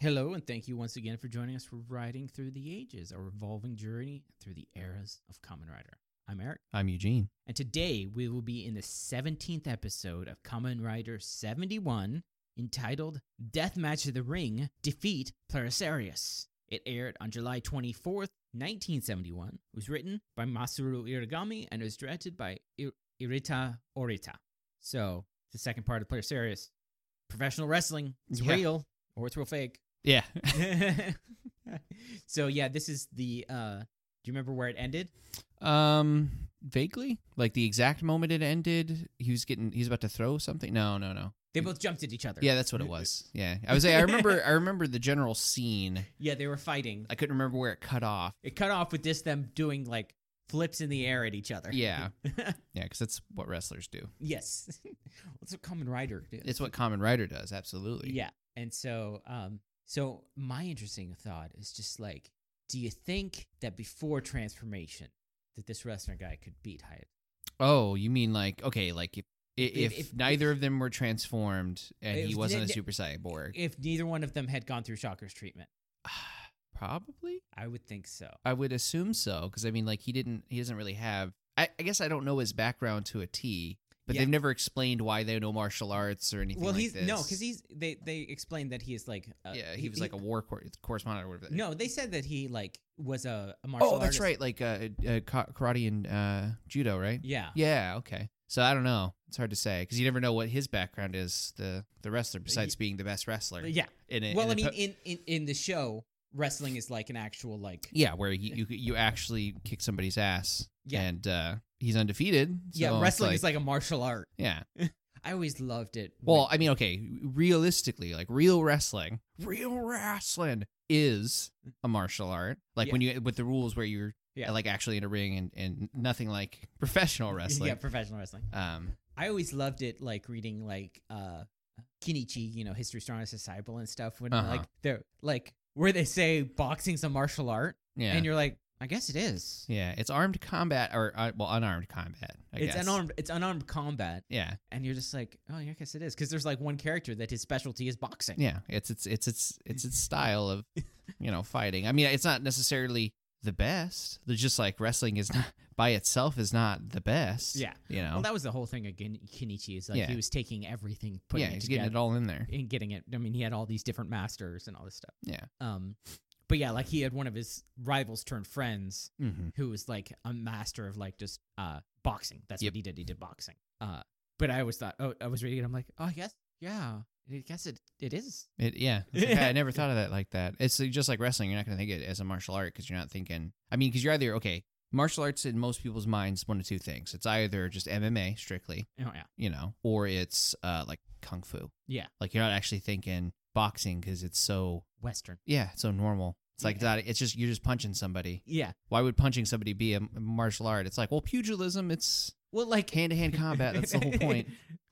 Hello, and thank you once again for joining us for Riding Through the Ages, a revolving journey through the eras of Common Rider. I'm Eric, I'm Eugene. and today we will be in the 17th episode of Common Rider 71, entitled Deathmatch of the Ring Defeat Plerisaurus. It aired on July 24th, 1971. It was written by Masaru Irigami and was directed by I- Irita Orita. So, the second part of Plerisaurus professional wrestling, it's Yeah. real or it's real fake. Yeah. so yeah, this is the. uh Do you remember where it ended? um, vaguely, like the exact moment it ended, he was getting, he's about to throw something. No, no, no. They both jumped at each other. Yeah, that's what it was. Yeah, I was. I remember. I remember the general scene. yeah, they were fighting. I couldn't remember where it cut off. It cut off with this them doing like flips in the air at each other. Yeah, yeah, because that's what wrestlers do. yes, what's a common rider? do. It's what Common Rider does. Absolutely. Yeah, and so um, so my interesting thought is just like, do you think that before transformation that this wrestler guy could beat Hyatt? Oh, you mean like okay, like if If- if, if, if- neither of them were transformed and If he the- wasn't a the- Super Cyborg, If neither one of them had gone through Shocker's treatment, probably. I would think so. I would assume so, because I mean, like he didn't, he doesn't really have. I, I guess I don't know his background to a T, but Yeah. they've never explained why they know martial arts or anything. Well, like he's no, this. because he's they they explained that he is like uh, yeah, he, was like a war cor- correspondent or whatever. no. They said that he like was a, a martial. oh, that's artist. right, like uh, uh, ka- karate and uh, judo, right? Yeah, Yeah, okay. So I don't know. It's hard to say because you never know what his background is. The the wrestler, besides being the best wrestler. Uh, yeah. In a, Well, in I a mean, po- in, in in the show, wrestling is like an actual like yeah, where you, you you actually kick somebody's ass. Yeah. and uh, he's undefeated. so yeah. it's Wrestling is like a martial art. yeah. I always loved it. when- Well, I mean, okay, realistically, like real wrestling, real wrestling is a martial art. Like when you with the rules where you're Yeah. like actually in a ring and, and nothing like professional yeah, wrestling. professional wrestling. Um, I always loved it, like reading like uh Kinichi, you know, History's Strongest Disciple and stuff. When Uh-huh. like they're like where they say boxing's a martial art, yeah. and you're like, I guess it is. yeah, it's armed combat or uh, well, unarmed combat. I it's guess. unarmed. It's unarmed combat. Yeah, and you're just like, oh, yeah, I guess it is, because there's like one character that his specialty is boxing. yeah. It's it's it's it's it's its style of you know fighting. I mean, it's not necessarily the best. There's just like wrestling is not by itself is not the best. Yeah. you know. Well, that was the whole thing again. Kenichi is like Yeah. he was taking everything, putting yeah, it he's together, getting it all in there. and getting it. I mean, he had all these different masters and all this stuff. Yeah. Um, but yeah, like he had one of his rivals turned friends Mm-hmm. who was like a master of like just uh boxing. That's Yep. what he did. He did boxing. Uh, but I always thought, oh, I was reading it. I'm like, oh, I guess, yeah, I guess it it is. It, yeah, It's like, I never thought of that like that. It's like- just like wrestling. You're not going to think it as a martial art because you're not thinking. I mean, because you're either okay. Martial arts in most people's minds, one of two things. It's either just MMA strictly, Oh yeah, you know, or it's uh, like kung fu. Yeah. like you're not actually thinking boxing because it's so Western. yeah, it's so normal. It's like Yeah. that. It's just you're just punching somebody. Yeah. Why would punching somebody be a m- martial art? It's like well, pugilism. It's Well, like hand to hand combat. That's the whole point.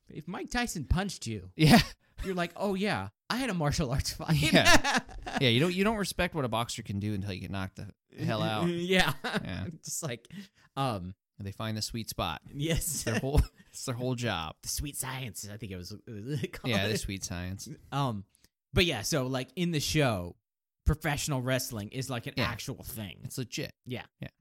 If Mike Tyson punched you, Yeah, you're like, oh yeah, I had a martial arts fight. Yeah. yeah. You don't you don't respect what a boxer can do until you get knocked the hell out. yeah. Yeah. Just like, um, They find the sweet spot. It's yes. their whole it's their whole job. the sweet science, I think it was uh, called. Yeah, the sweet science. um, but yeah, so like in the show, professional wrestling is like an Yeah. actual thing. It's legit.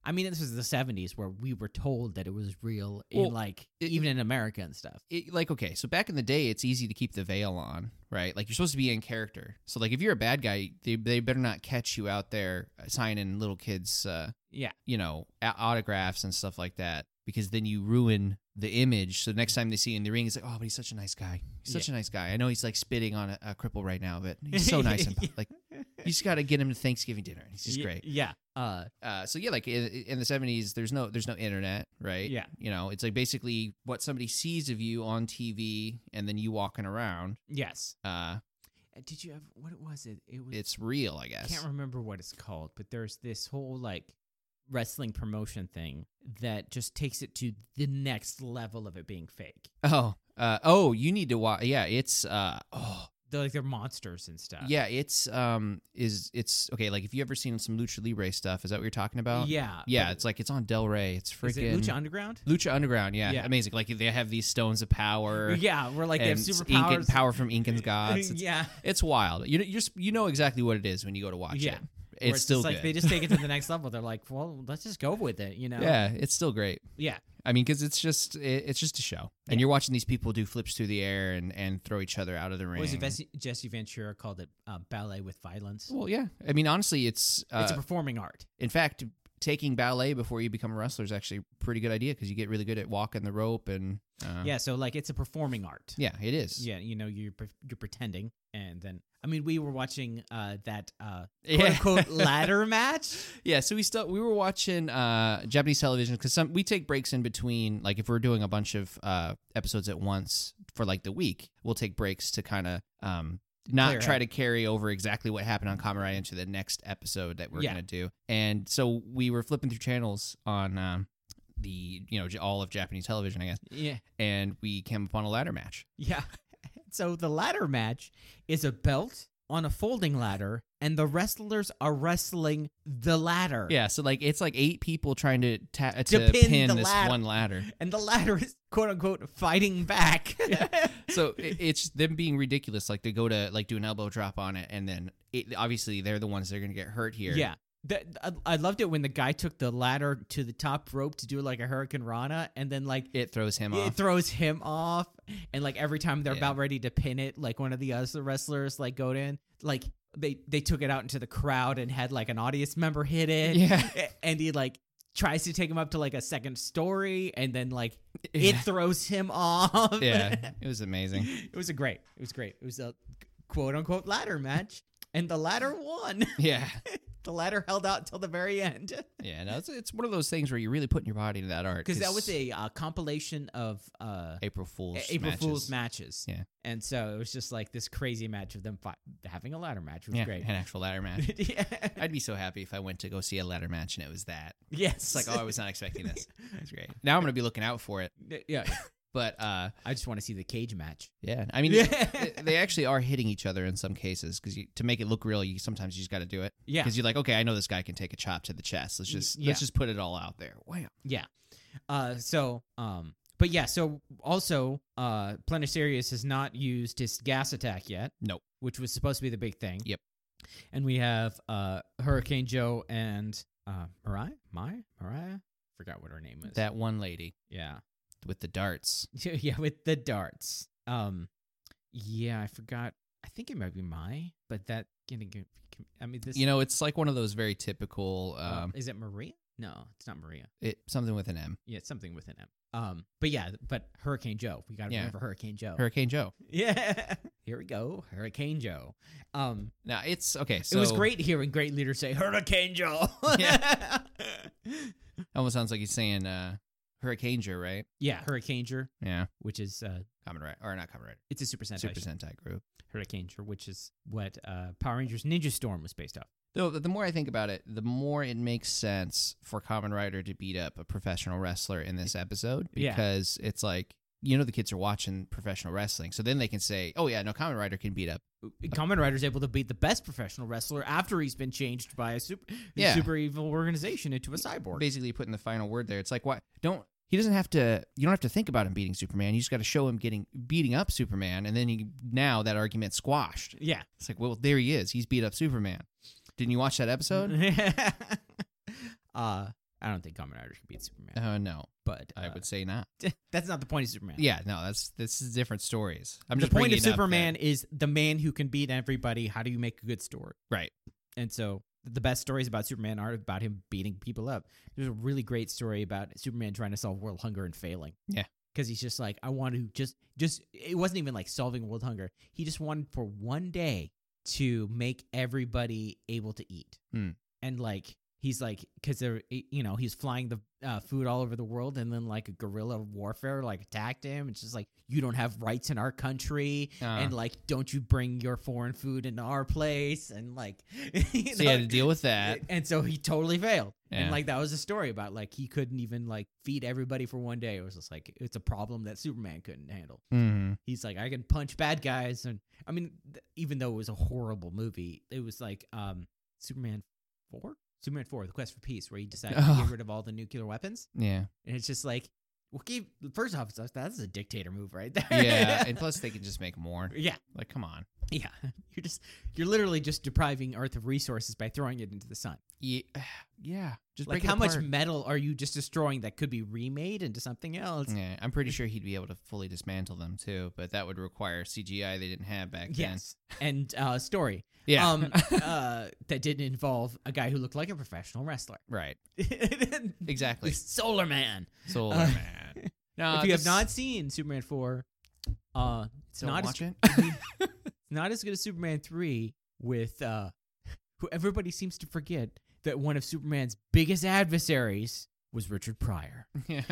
I mean, this was the '70s where we were told that it was real, Well, in like it- even in America and stuff. It, like okay, so back in the day, it's easy to keep the veil on, right? Like you're supposed to be in character. So like if you're a bad guy, they they better not catch you out there uh, signing little kids, uh, Yeah. you know, a- autographs and stuff like that, because then you ruin the image. So next time they see you in the ring, it's like, oh, but he's such a nice guy. He's such a nice guy. I know he's like spitting on a, a cripple right now, but he's so nice. And, Yeah. Like you just got to get him to Thanksgiving dinner. and He's just Y- great. Yeah. Uh, uh, so yeah, like in, in the seventies, there's no there's no internet, right? Yeah. you know, it's like basically what somebody sees of you on TV, and then you walking around. yes. Uh, Uh, Did you have what was it? It was it's real, I I guess. can't remember what it's called, but there's this whole like wrestling promotion thing that just takes it to the next level of it being fake. oh, uh, oh, you need to watch. Yeah, it's uh, oh, They're like they're monsters and stuff. yeah, it's um is it's okay. Like if you ever seen some lucha libre stuff, is that what you're talking about? yeah, yeah. but It's like it's on Del Rey. It's freaking is it Lucha Underground? Lucha Underground. Yeah, Yeah. amazing. Like they have these stones of power. yeah, we're like they have and Ink and superpowers. power from Incan's gods. It's, yeah, it's wild. You know, you're, s- you know exactly what it is when you go to watch Yeah. it. Or It's, still just like good. they just take it to the next level. They're like, well, let's just go with it, you know? yeah, it's still great. yeah. I mean, because it's just it, it's just a show, and Yeah. you're watching these people do flips through the air and and throw each other out of the ring. What was it? Jesse- Jesse Ventura called it uh, ballet with violence. Well, yeah. I mean, honestly, it's uh, it's a performing art. in fact taking ballet before you become a wrestler is actually a pretty good idea because you get really good at walking the rope and uh, yeah, so like it's a performing art. yeah, it is. Yeah, you know, you're pre- you're pretending, and then I mean, we were watching uh, that uh, quote Yeah. unquote ladder match. Yeah, so we still we were watching uh Japanese television because some we take breaks in between. Like if we're doing a bunch of uh episodes at once for like the week, we'll take breaks to kind of um not Clear try head. to carry over exactly what happened on Kamen into the next episode that we're Yeah. gonna do. And so we were flipping through channels on um the you know j- all of Japanese television, I guess, Yeah, and we came upon a ladder match. yeah. So the ladder match is a belt on a folding ladder, and the wrestlers are wrestling the ladder. Yeah, so like it's like eight people trying to ta- to, pin pin, the this ladder. one ladder. and the ladder is quote unquote fighting back. so it, it's them being ridiculous. Like they go to like do an elbow drop on it, and then it, obviously they're the ones that are gonna get hurt here. Yeah. The, I, I loved it when the guy took the ladder to the top rope to do like a Hurricane Rana, and then like it throws him it off. throws him off, and like every time they're Yeah. about ready to pin it, like one of the other wrestlers like go in, like they they took it out into the crowd and had like an audience member hit it, Yeah. A- and he like tries to take him up to like a second story, and then like it yeah, throws him off. yeah, it was amazing. it was a great, it was great, it was a quote unquote ladder match, and the ladder won. Yeah, the ladder held out till the very end yeah. No, it's it's one of those things where you're really putting your body into that art because that was a uh, compilation of uh, April Fool's A- April Fool's matches. matches. Yeah. and so it was just like this crazy match of them fi- having a ladder match was Yeah, great. an actual ladder match. yeah. I'd be so happy if I went to go see a ladder match and it was that. yes, It's like, oh, I was not expecting this. That's great. Now I'm gonna be looking out for it. yeah. But uh, I just want to see the cage match. yeah, I mean, they- they actually are hitting each other in some cases because to make it look real, you sometimes you just got to do it. yeah, because you're like, okay, I know this guy can take a chop to the chest. Let's Y- just yeah. let's just put it all out there. Wow. yeah. Uh, so um, but yeah, so also uh, Planetarius has not used his gas attack yet. Nope. which was supposed to be the big thing. Yep. And we have uh Hurricane Joe and uh Mariah, Mariah, Mariah. Forgot what her name was. That one lady yeah. with the darts. yeah, with the darts. Um, yeah, I forgot. I think it might be my, but that can, can, can- I mean, this. You know, it's like one of those very typical. uh, Um, is it Maria? No, it's not Maria. it, something with an M. Yeah, it's something with an M. Um, but yeah, but Hurricane Joe. We gotta Yeah. remember Hurricane Joe. Hurricane Joe. yeah, here we go, Hurricane Joe. Um, Now it's okay. So it was great hearing great leaders say Hurricane Joe. Yeah. Almost sounds like he's saying uh, Hurricane Joe, right? yeah, Hurricane Joe, Yeah. which is uh, Common right or not Common right? it's a Super Sentai, Super show, Sentai group. Hurricane Joe, which is what uh Power Rangers Ninja Storm was based off. Though the more I think about it, the more it makes sense for Common Rider to beat up a professional wrestler in this episode Yeah. because it's like you know the kids are watching professional wrestling, so then they can say, "Oh yeah, no, Common Rider can beat up Common Uh, Rider's able to beat the best professional wrestler after he's been changed by a super, Yeah. super evil organization into a cyborg. basically putting the final word there. It's like why don't he doesn't have to you don't have to think about him beating Superman. You just got to show him getting beating up Superman, and then he now that argument's squashed. Yeah. It's like well there he is. He's beat up Superman. Didn't you watch that episode? uh, I don't think Common Rider can beat Superman, Uh, no, but I uh, would say not. that's not the point of Superman. Yeah, no, that's this is different stories. I'm the just point of bringing it up that- Superman is the man who can beat everybody. How do you make a good story? Right. And so the best stories about Superman are about him beating people up. There's a really great story about Superman trying to solve world hunger and failing. Yeah. Because he's just like, I want to just, just, it wasn't even like solving world hunger. He just wanted for one day to make everybody able to eat. Hmm. And like, he's like, because they're, you know, he's flying the uh, food all over the world. And then like a guerrilla warfare like attacked him. It's just like, you don't have rights in our country Uh, and like don't you bring your foreign food into our place and like you so you had know, to deal with that. and so he totally failed and Yeah. like that was a story about like he couldn't even like feed everybody for one day it was just like it's a problem that superman couldn't handle Mhm. he's like i can punch bad guys and I mean, th- even though it was a horrible movie, it was like um, Superman four, Superman four, The Quest for Peace, where he decided to Ugh. get rid of all the nuclear weapons, Yeah. and it's just like, well, keep first off, it's like, that's a dictator move right there. Yeah. and plus, they can just make more. yeah, Like, come on. yeah. You're just you're literally just depriving Earth of resources by throwing it into the sun. Yeah. Yeah. Just like, break it how much apart. metal are you just destroying that could be remade into something else? Yeah, I'm pretty sure he'd be able to fully dismantle them too, but that would require CGI they didn't have back then. Yes, and uh, story. Yeah. um, uh, that didn't involve a guy who looked like a professional wrestler. right. exactly. Exactly. Solar Man. Solar Uh, Man. No, if you have this- not seen Superman four, uh, it's don't not as, watch it. not as good as Superman three with uh, who everybody seems to forget that one of Superman's biggest adversaries was Richard Pryor. yeah.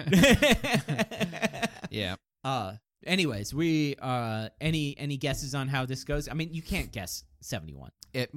yeah. uh, anyways, we uh, any any guesses on how this goes? I mean, you can't guess seventy one. It,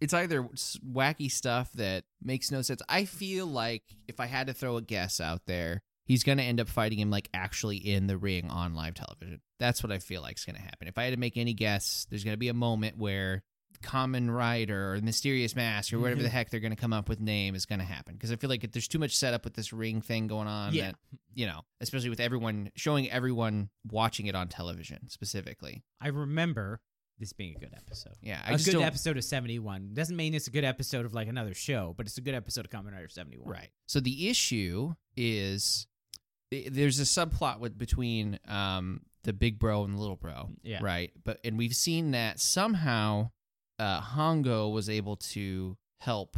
it's either s- wacky stuff that makes no sense. I feel like if I had to throw a guess out there, he's going to end up fighting him like actually in the ring on live television. That's what I feel like is going to happen. If I had to make any guess, there's going to be a moment where Common Rider or Mysterious Mask or whatever the Mm-hmm. heck they're going to come up with name is going to happen. Because I feel like if there's too much setup with this ring thing going on Yeah. that you know, especially with everyone showing everyone watching it on television specifically. I remember this being a good episode. Yeah, A I just good don't. episode of 71 doesn't mean it's a good episode of like another show, but it's a good episode of Kamen Rider 71. Right. So the issue is i- there's a subplot with between um the big bro and the little bro. Mm, Yeah. Right. But and we've seen that somehow uh Hongo was able to help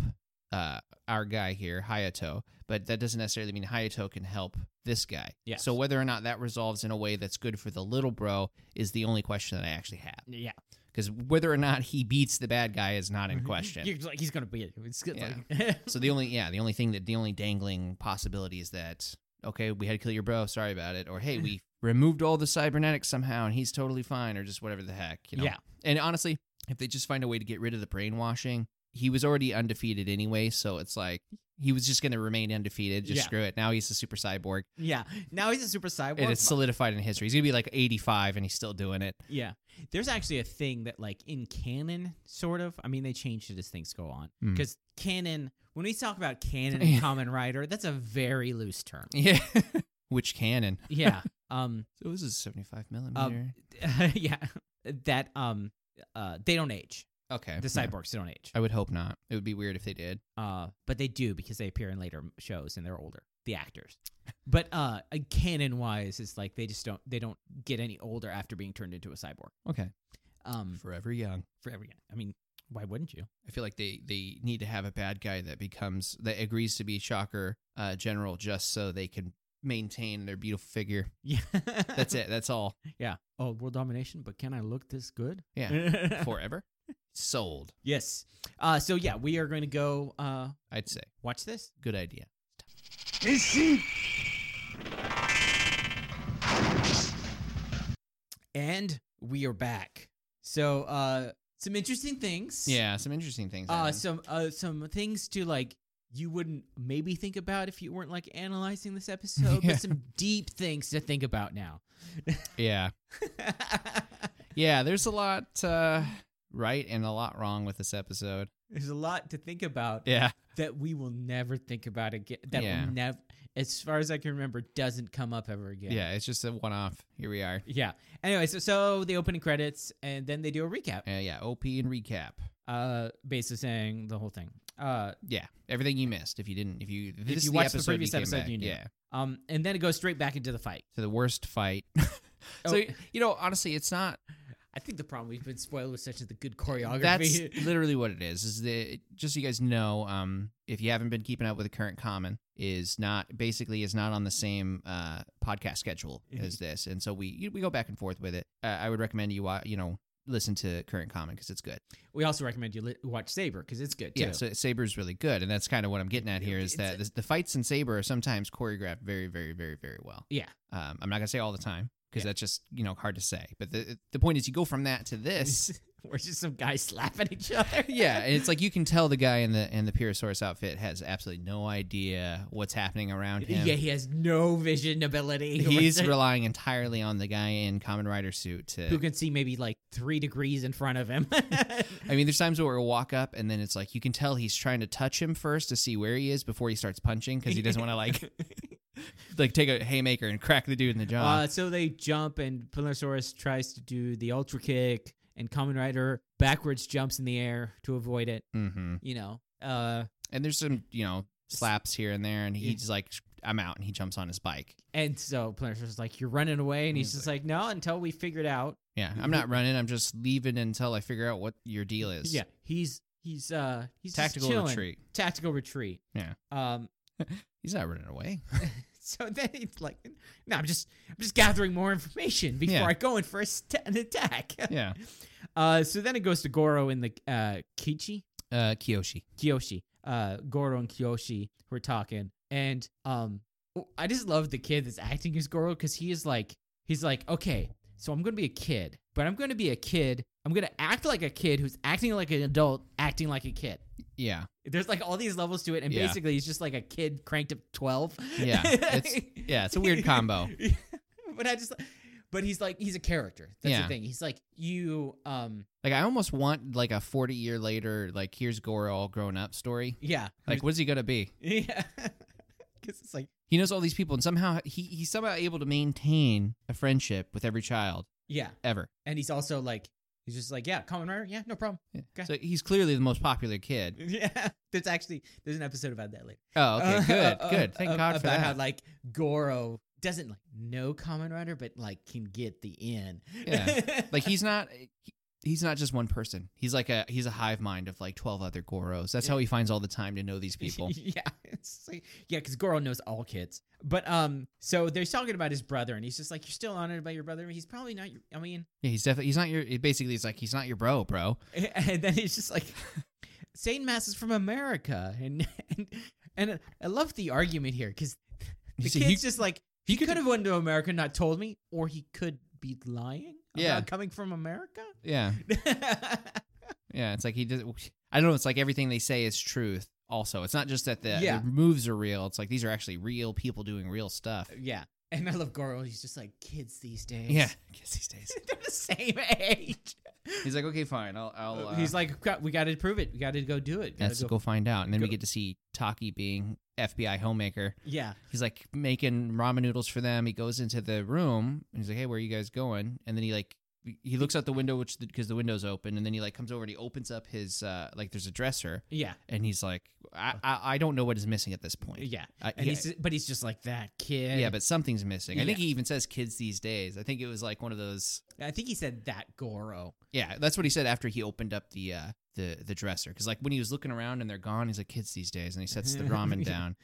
uh our guy here, Hayato, but that doesn't necessarily mean Hayato can help this guy. Yes. So whether or not that resolves in a way that's good for the little bro is the only question that I actually have. Yeah. Because whether or not he beats the bad guy is Mm-hmm. not in question. You're like he's gonna be it. It's good. Yeah. Like, So the only yeah, the only thing that the only dangling possibility is that okay, we had to kill your bro, sorry about it, or hey, we removed all the cybernetics somehow and he's totally fine, or just whatever the heck, you know. Yeah. And honestly, if they just find a way to get rid of the brainwashing, he was already undefeated anyway, so it's like he was just going to remain undefeated. Just Yeah. screw it. Now he's a super cyborg, Yeah. Now he's a super cyborg. and it's solidified in history. He's gonna be like 85, and he's still doing it. yeah. There's actually a thing that like in canon, sort of. I mean, they changed it as things go on Hmm. because canon. When we talk about canon Yeah. and Kamen Rider, that's a very loose term. Yeah. Which canon? Yeah. Um. So this is 75 millimeter. um yeah. That um. Uh. They don't age. okay. The yeah. cyborgs don't age. I would hope not. It would be weird if they did. uh, but they do because they appear in later m- shows and they're older, the actors. But uh, canon wise, it's like they just don't they don't get any older after being turned into a cyborg. Okay. Um, Forever young. for every, I mean, why wouldn't you? I feel like they they need to have a bad guy that becomes that agrees to be Shocker uh, General just so they can maintain their beautiful figure. Yeah, That's it. That's all. Yeah. Oh, world domination. But can I look this good? Yeah. Yeah. Forever. Sold. yes. Uh, so yeah, we are going to go uh, I'd say. watch this. Good idea. And we are back. So uh, some interesting things. Yeah. Some interesting things. uh happened. some uh some things to like you wouldn't maybe think about if you weren't like analyzing this episode Yeah. but some deep things to think about now yeah. Yeah. There's a lot uh, right and a lot wrong with this episode. there's a lot to think about Yeah. that we will never think about again that Yeah. will never as far as i can remember doesn't come up ever again Yeah. it's just a one off. Here we are. yeah anyway so so the opening credits and then they do a recap Uh, yeah. OP and recap. uh basically saying the whole thing uh Yeah. Everything you missed if you didn't if you this you is watched the episode previous came episode, back. you knew. Yeah. um and then it goes straight back into the fight to the worst fight. Oh. so you know, honestly, it's not. i think the problem we've been spoiled with such as the good choreography That's literally what it is. Is that just so you guys know? Um, if you haven't been keeping up with the current common, is not basically is not on the same uh podcast schedule Mhm. as this, and so we we go back and forth with it. Uh, I would recommend you wa- you know listen to current common because it's good. We also recommend you li- watch Saber because it's good too. Yeah, so Saber's really good, and that's kind of what I'm getting at here is It's that a- the, the fights in Saber are sometimes choreographed very, very, very, very well. Yeah. um, I'm not gonna say all the time because Yeah. that's just you know hard to say. But the the point is, you go from that to this, We're just some guys slapping each other. yeah, and it's like you can tell the guy in the in the Pyrosaurus outfit has absolutely no idea what's happening around him. Yeah, he has no vision ability. he's whatsoever. relying entirely on the guy in Common Rider suit who to. can see maybe like three degrees in front of him. I mean, there's times where we'll walk up and then it's like you can tell he's trying to touch him first to see where he is before he starts punching because he doesn't want to like like take a haymaker and crack the dude in the jaw. Uh, so they jump, and Planosaurus tries to do the ultra kick, and Kamen Rider backwards jumps in the air to avoid it. hmm You know, uh, And there's some you know slaps here and there, and he's like, "I'm out," and he jumps on his bike. and so Planosaurus is like, "You're running away," and he's, He's just like, "No, until we figure it out." Yeah, I'm not running. I'm just leaving until I figure out what your deal is. Yeah, he's he's uh he's just tactical chilling. retreat. Tactical retreat. Yeah. Um. He's not running away. So then it's like, no, I'm just I'm just gathering more information before Yeah. I go in for a st- an attack. yeah, Uh. So then it goes to Goro and the uh Kichi. uh, Kiyoshi. Kiyoshi, uh, Goro and Kiyoshi were talking, and um, I just love the kid that's acting as Goro because he is like, he's like, okay, so I'm gonna be a kid, but I'm gonna be a kid. I'm gonna act like a kid who's acting like an adult, acting like a kid. Yeah, There's like all these levels to it, and Yeah. basically he's just like a kid cranked up twelve. Yeah, it's- yeah, it's a weird combo. but I just, but he's like, he's a character. That's the Yeah. thing. He's like, you, um, Like I almost want like a 40 year later like here's Goro all grown up story. yeah, Like what's he gonna be? yeah, because it's like. He knows all these people and somehow he he's somehow able to maintain a friendship with every child Yeah. ever. And he's also like, he's just like, yeah, Common Rider, yeah, no problem. Yeah. Okay. So he's clearly the most popular kid. Yeah. There's actually there's an episode about that later. Oh, okay, Uh, good, uh, good. Thank uh, God for about that. how like Goro doesn't like know Common Rider, but like can get the in. Yeah. like he's not. he- He's not just one person. He's like a he's a hive mind of like twelve other Goros. That's how he finds all the time to know these people. yeah. It's like, yeah, because Goro knows all kids. But um, so they're talking about his brother, and he's just like, you're still honored by your brother. He's probably not. Your, I mean, Yeah, he's definitely he's not your. it Basically, he's like he's not your bro, bro. and then he's just like Satan Mass is from America and and, and I love the argument here because the You see, kid's he- just like he, could have went to America and not told me or he could be lying Yeah. about coming from America Yeah, Yeah, it's like he does. I don't know. It's like everything they say is truth. Also, it's not just that the, Yeah. the moves are real. It's like these are actually real people doing real stuff. yeah and I love Goro he's just like kids these days Yeah, kids these days. they're the same age He's like, okay, fine. I'll. I'll uh, he's like "Got- we got to prove it we got to go do it Gotta let's go find out. And then we go- get to see Taki being FBI homemaker. yeah He's like making ramen noodles for them. He goes into the room and he's like, hey, where are you guys going? And then he like. He looks out the window, which because the, window's open, and then he like comes over and he opens up his uh like there's a dresser, yeah and he's like, I I, I don't know what is missing at this point. Uh. yeah I- and yeah, he's but he's just like that kid Yeah, but something's missing. I think Yeah. he even says kids these days. I think it was like one of those. I think he said that Goro Yeah, that's what he said after he opened up the uh, the the dresser because like when he was looking around and they're gone, he's like kids these days, and he sets the ramen Yeah. down.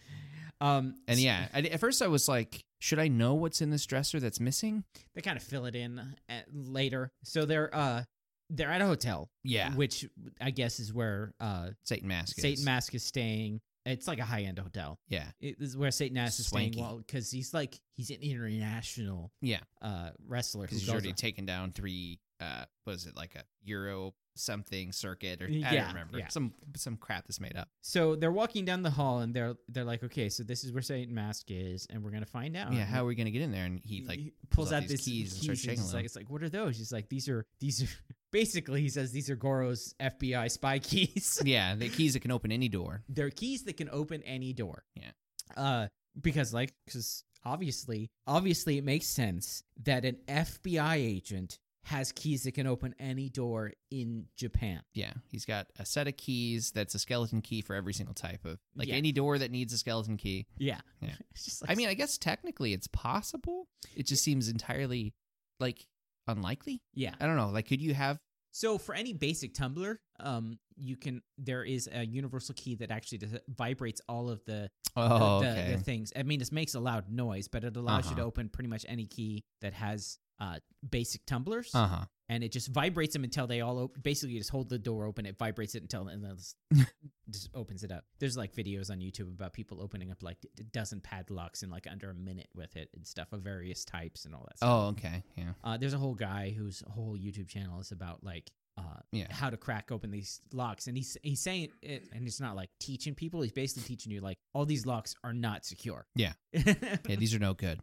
um And so- yeah, I, at first I was like, should I know what's in this dresser that's missing? they kind of fill it in uh later. So they're uh they're at a hotel, Yeah, which I guess is where uh Satan mask. Satan is. Mask is staying. It's like a high end hotel. Yeah, It is where Satan Mask is staying Swanky. well because he's like he's an international Yeah. uh wrestler who because he's goes already on- taken down three. Uh, what is it like a Euro something circuit or I Yeah, don't remember yeah. some some crap that's made up. so they're walking down the hall and they're they're like okay so this is where Satan Mask is and we're gonna find out yeah, how are we gonna get in there? And he like pulls pulls out out these this keys and starts shaking he's them. like it's like what are those he's like these are these are basically he says these are Goro's FBI spy keys yeah, the keys that can open any door. they're keys that can open any door. Yeah. Uh, because like, because obviously, obviously, it makes sense that an FBI agent has keys that can open any door in Japan. Yeah, he's got a set of keys that's a skeleton key for every single type of like Yeah. any door that needs a skeleton key. Yeah. Yeah. It's just like, I mean, I guess technically it's possible. It just seems entirely like unlikely. yeah. I don't know. Like, could you have? So for any basic tumbler, um, you can there is a universal key that actually does, vibrates all of the Oh, the, okay. the things. I mean, this makes a loud noise, but it allows you to Uh-huh. open pretty much any key that has uh basic tumblers. Uh huh. and it just vibrates them until they all open. Basically, you just hold the door open, it vibrates it until and then it's- just opens it up. There's like videos on YouTube about people opening up like a dozen padlocks in like under a minute with it and stuff of various types and all that. Stuff. Oh, okay. Yeah. Uh, there's a whole guy whose whole YouTube channel is about like uh, Yeah. how to crack open these locks. And he's he's saying it, and it's not like teaching people. He's basically teaching you like all these locks are not secure. Yeah. Yeah, yeah. these are no good.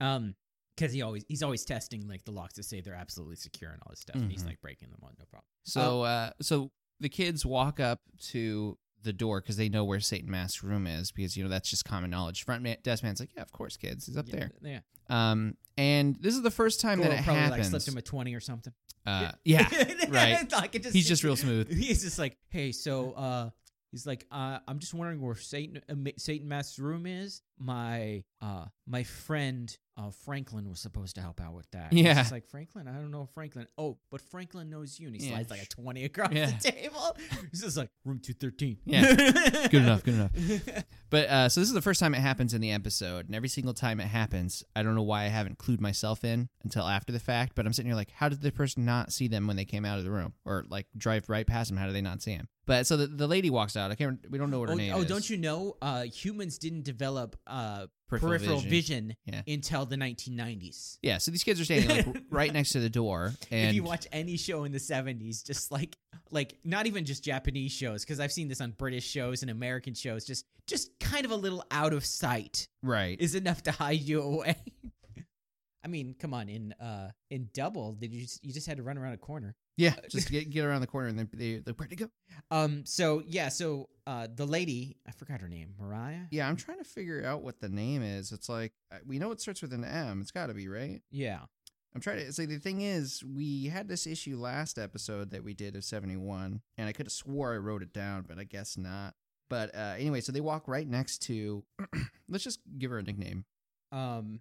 Um, because he always he's always testing like the locks to say they're absolutely secure and all this stuff. And he's Mhm. like breaking them on no problem. So, uh, so the kids walk up to the door because they know where Satan Mask's room is because you know that's just common knowledge. Front man, desk man's like, yeah, of course, kids, he's up Yeah, there. Yeah. Um, and this is the first time Goro that it probably like happens. slipped him a twenty or something. uh, yeah, right. Like, it just- he's just real smooth. He's just like, hey, so uh, he's like, uh, I'm just wondering where Satan uh, Ma- Satan Master's room is. My uh, my friend uh, Franklin was supposed to help out with that. He's Yeah. just like Franklin, I don't know Franklin. Oh, but Franklin knows you, and he Yeah. slides like a twenty across Yeah. the table. He's just like room two thirteen. Oh, Yeah. Good enough, good enough. But uh, so this is the first time it happens in the episode, and every single time it happens, I don't know why I haven't clued myself in until after the fact. But I'm sitting here like, how did the person not see them when they came out of the room, or like drive right past them? How did they not see him? But so the, the lady walks out. I can't. We don't know what her oh, name oh, is. don't you know? Uh, humans didn't develop uh, peripheral vision, Yeah. until the 1990s. Yeah, so these kids are standing like r- right next to the door, and if you watch any show in the 70s just like like not even just japanese shows because i've seen this on british shows and american shows just just kind of a little out of sight right, is enough to hide you away i mean come on in uh in double did you you just had to run around a corner yeah, just get, get around the corner, and then they like, where'd it go? um so yeah so uh the lady i forgot her name mariah Yeah, I'm trying to figure out what the name is. It's like I- we know it starts with an M. It's got to be right. yeah I'm trying to. It's like the thing is, we had this issue last episode that we did of 71, and I could have swore I wrote it down, but I guess not. But uh, anyway, so they walk right next to. let's just give her a nickname, um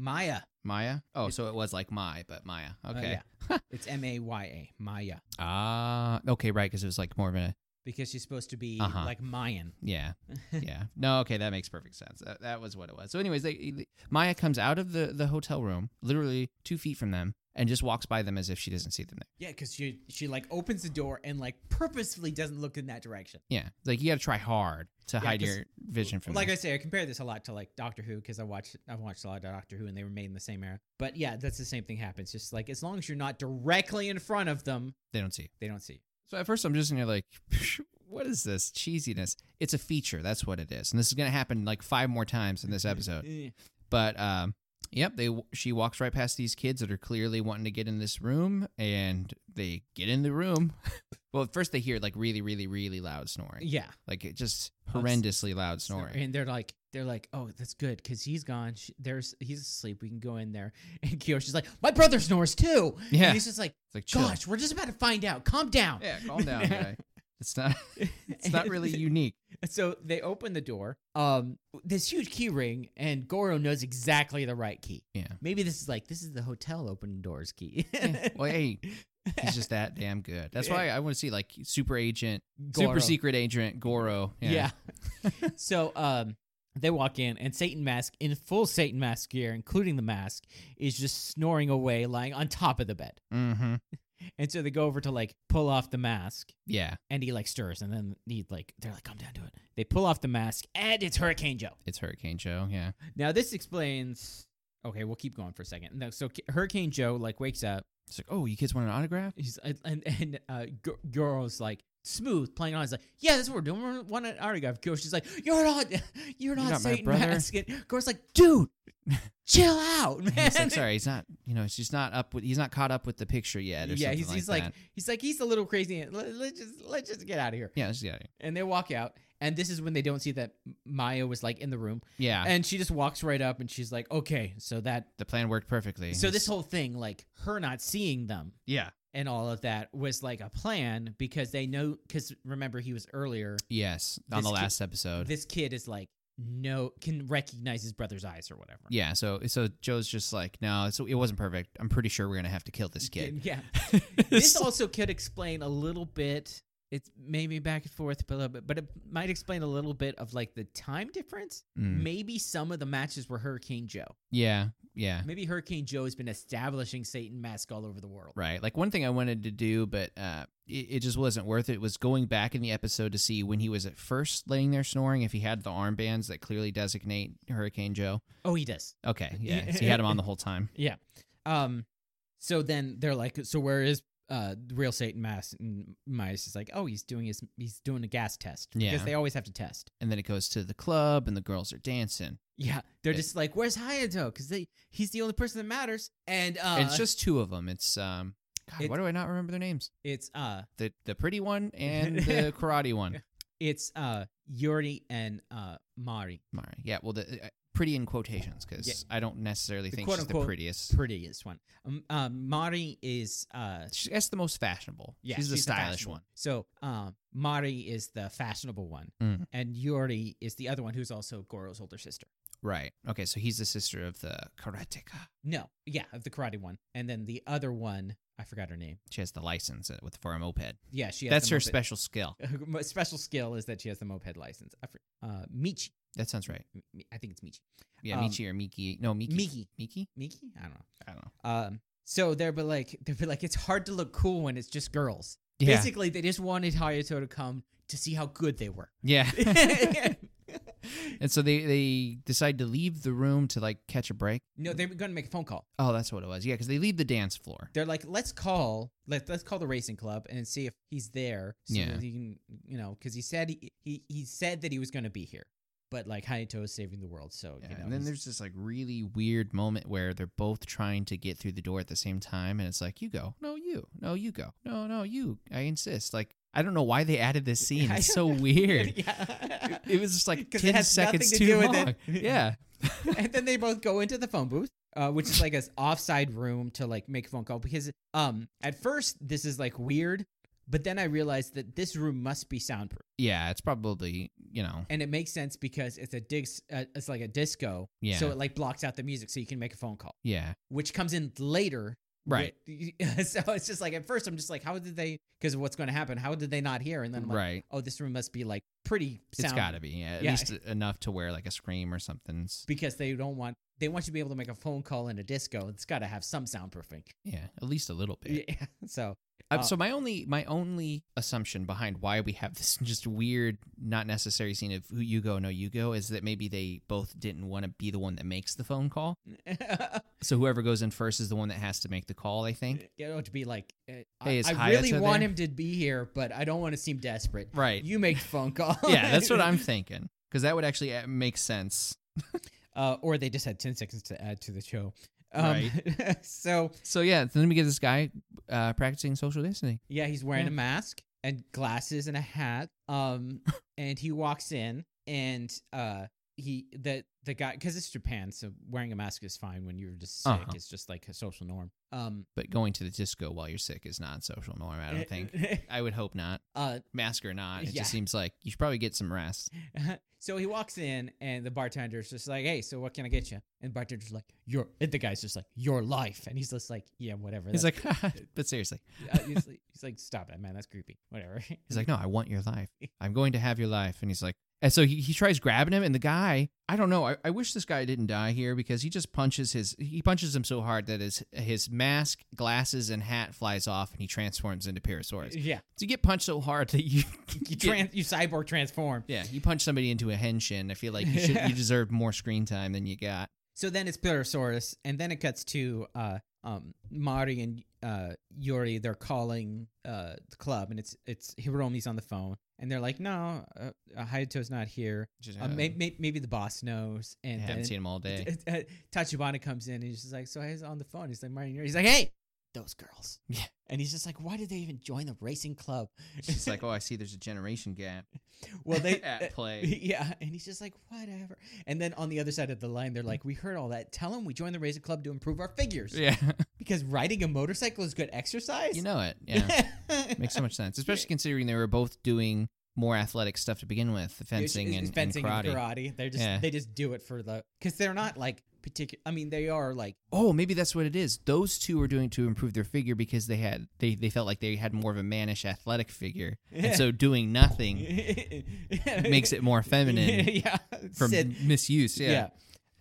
maya Maya. Oh, so it was like Mai, but Maya. Uh, Okay. yeah. it's m-a-y-a maya Ah, okay, right, because it was like more of a because she's supposed to be Uh-huh. like mayan yeah. yeah. No, okay, that makes perfect sense. That, that was what it was. So, anyways, they, they- Maya comes out of the, the hotel room, literally two feet from them, and just walks by them as if she doesn't see them there. Yeah, because she she like opens the door and like purposefully doesn't look in that direction. Yeah. Like, you got to try hard to hide 'cause- your vision from like them. I say, I compare this a lot to like Doctor Who because I watched I've watched a lot of Doctor Who and they were made in the same era. But yeah, that's the same thing happens. Just like as long as you're not directly in front of them, they don't see you. they don't see. you. So, at first, I'm just in here like, what is this cheesiness? It's a feature. That's what it is. And this is going to happen like five more times in this episode. Eh. But um, yep, they she walks right past these kids that are clearly wanting to get in this room, and they get in the room. well, at first they hear like really, really, really loud snoring, Yeah, like it just Oh, it's- horrendously loud snoring. and they're like they're like, oh, that's good because he's gone. She, there's he's asleep. We can go in there. And Kyoshi's like, my brother snores too. Yeah. and he's just like, It's like chill. gosh, we're just about to find out. Calm down. Yeah, calm down, guy. It's not. It's not really unique. So they open the door. Um, this huge key ring, and Goro knows exactly the right key. Yeah. Maybe this is like this is the hotel open doors key. Yeah. Well, hey, he's just that damn good. That's why I want to see like super agent, super Goro. secret agent Goro. Yeah. so um, they walk in, and Satan Mask, in full Satan Mask gear, including the mask, is just snoring away, lying on top of the bed. Mm-hmm. And so they go over to like pull off the mask, Yeah. and he like stirs, and then he like they're like, "Come down to it." They pull off the mask, and it's Hurricane Joe. It's Hurricane Joe. Yeah. Now this explains. Okay, we'll keep going for a second. No, so K- Hurricane Joe like wakes up. It's like, oh, you kids want an autograph? He's and and, and uh, G- Goro's like smooth playing on. He's like, yeah, that's what we're doing. We're want an autograph. Kyoshi's like, you're not, you're not, not my Satan brother." Mask. And Goro's like, dude, chill out, man. And He's like, sorry, he's not. You know, he's just not up with. He's not caught up with the picture yet. Or yeah, something he's like he's like that. he's like he's a little crazy. Let, let's just let's just get out of here. yeah, let's get out of And they walk out, and this is when they don't see that Maya was like in the room, here. yeah. and she just walks right up, and she's like, okay, so that the plan worked perfectly. so this It's- whole thing like her not seeing them yeah, and all of that was like a plan because they know because remember he was earlier yes, on This the ki- last episode. this kid is like no can recognize his brother's eyes or whatever yeah, so so Joe's just like, no, so it wasn't perfect. I'm pretty sure we're gonna have to kill this kid. yeah this It's like- also could explain a little bit it's maybe back and forth but a little bit but it might explain a little bit of like the time difference Mm, maybe some of the matches were hurricane joe yeah, yeah, maybe hurricane joe has been establishing satan mask all over the world right. Like one thing I wanted to do, but uh, it, it just wasn't worth it. Was going back in the episode to see when he was at first laying there snoring, if he had the armbands that clearly designate Hurricane Joe. oh he does Okay, yeah, so he had him on the whole time. Um, so then they're like, so where is uh, real Satan Mas- M- Midas is like, oh, he's doing his he's doing a gas test because Yeah. they always have to test. And then it goes to the club and the girls are dancing. Yeah, they're It- just like, where's Hayato? Because he's the only person that matters. And uh, it's just two of them. It's um God, It- why do I not remember their names? it's uh The the pretty one and the karate one. it's uh Yuri and uh Mari Mari. Yeah, well the uh, pretty in quotations cuz I don't necessarily The think quote, she's the unquote, prettiest. prettiest one. Um, uh, Mari is uh She- That's the most fashionable. yeah she's the stylish fashionable one. So um Mari is the fashionable one, Mm. and Yuri is the other one who's also Goro's older sister. Right. Okay, so he's the sister of the karateka. No, yeah, of the karate one, and then the other one I forgot her name. She has the license uh, with for a moped. Yeah, she has That's the her moped- special skill. her mo- special skill is that she has the moped license. I for, uh, Michi, That sounds right. Mi- I think it's Michi. Yeah, Um, Michi or Miki. No, Miki. Miki, Miki? Miki, I don't know. I don't know. Um, so they're but like they're but like it's hard to look cool when it's just girls. Yeah. Basically, they just wanted Hayato to come to see how good they were. Yeah. and so they they decide to leave the room to like catch a break. no, they were going to make a phone call. Oh, that's what it was. Yeah, because they leave the dance floor. They're like, let's call, let, let's call the racing club and see if he's there. So Yeah. that he can, you know, because he said he, he he said that he was going to be here, but like Hayato is saving the world, so Yeah, you know. and then he's- there's this like really weird moment where they're both trying to get through the door at the same time, and it's like you go, no you, no you go, no no you. I insist. Like I don't know why they added this scene. I It's so don't know. weird. yeah. It- It was just like 'Cause it ten has nothing seconds to too do with long. it. Yeah, and then they both go into the phone booth, uh, which is like an offside room to like make a phone call because um at first this is like weird, but then I realized that this room must be soundproof, yeah. It's probably you know and it makes sense because it's a dis- uh, it's like a disco, yeah so it like blocks out the music so you can make a phone call, yeah which comes in later. right with- so it's just like at first I'm just like, how did they? Because what's going to happen? How did they not hear? And then I'm like, right. oh, this room must be like pretty. Sound- It's got to be yeah, at Yeah. least enough to where like a scream or something's because they don't want they want you to be able to make a phone call in a disco. It's got to have some soundproofing. yeah at least a little bit. Yeah. So Um, Uh, so my only my only assumption behind why we have this just weird, not necessary scene of who you go, no you go, is that maybe they both didn't want to be the one that makes the phone call. So whoever goes in first is the one that has to make the call. I think. you know, to be like, uh, Hey, is I, I really Hayato want there? him to be here, but I don't want to seem desperate. Right. You make the phone call. yeah, that's what I'm thinking because that would actually uh, make sense. Uh, or they just had ten seconds to add to the show. Um, so So yeah, then we get this guy uh, practicing social distancing. yeah, he's wearing Yeah. a mask and glasses and a hat. Um, and he walks in, and uh, he the the guy because it's Japan, so wearing a mask is fine when you're just sick. Uh-huh. It's just like a social norm. Um, But going to the disco while you're sick is not social norm. I don't think. I would hope not, Uh, mask or not. It Eh, Yeah. just seems like you should probably get some rest. so he walks in, and the bartender's just like, "Hey, so what can I get you?" And the bartender's like, "Your." and the guy's just like, "Your life," and he's just like, "Yeah, whatever." He's that- like, but seriously, uh, he's, like, he's like, "Stop it, man. That's creepy. Whatever." He's like, no, I want your life. I'm going to have your life. And he's like, and so he, he tries grabbing him, and the guy, I don't know, I, I wish this guy didn't die here because he just punches his, he punches him so hard that his his mask, glasses, and hat flies off, and he transforms into Pyrosaurus. So "Yeah, you get punched so hard that you, you get- trans, you cyborg transform." yeah, you punch somebody into a henshin. I feel like you should, you deserve more screen time than you got. So then it's Pyrosaurus, and then it cuts to uh, um, Mari and uh, Yuri. They're calling uh, the club, and it's it's Hiromi's on the phone, and they're like, "No, uh, uh, Hayato's not here. Just, Uh, may, may, maybe the boss knows." And haven't then, seen him all day. Uh, Tachibana comes in and he's just like, so he's on the phone. He's like, Martin, Yuri." he's like, hey, those girls. Yeah. And he's just like, why did they even join the racing club? She's like, oh, I see. There's a generation gap. well, they. uh, at play. yeah. And he's just like, whatever. And then on the other side of the line, Mm-hmm. they're like, we heard all that. Tell them we joined the racing club to improve our figures Yeah, because riding a motorcycle is good exercise. you know it. Yeah. Makes so much sense, especially considering they were both doing more athletic stuff to begin with, the It's- fencing, it's and, and fencing karate. They just Yeah. they just do it for the because they're not like particular. I mean, they are like Oh, maybe that's what it is. Those two were doing to improve their figure because they had they, they felt like they had more of a mannish athletic figure, and so doing nothing makes it more feminine yeah. from Sid- misuse. Yeah. Yeah.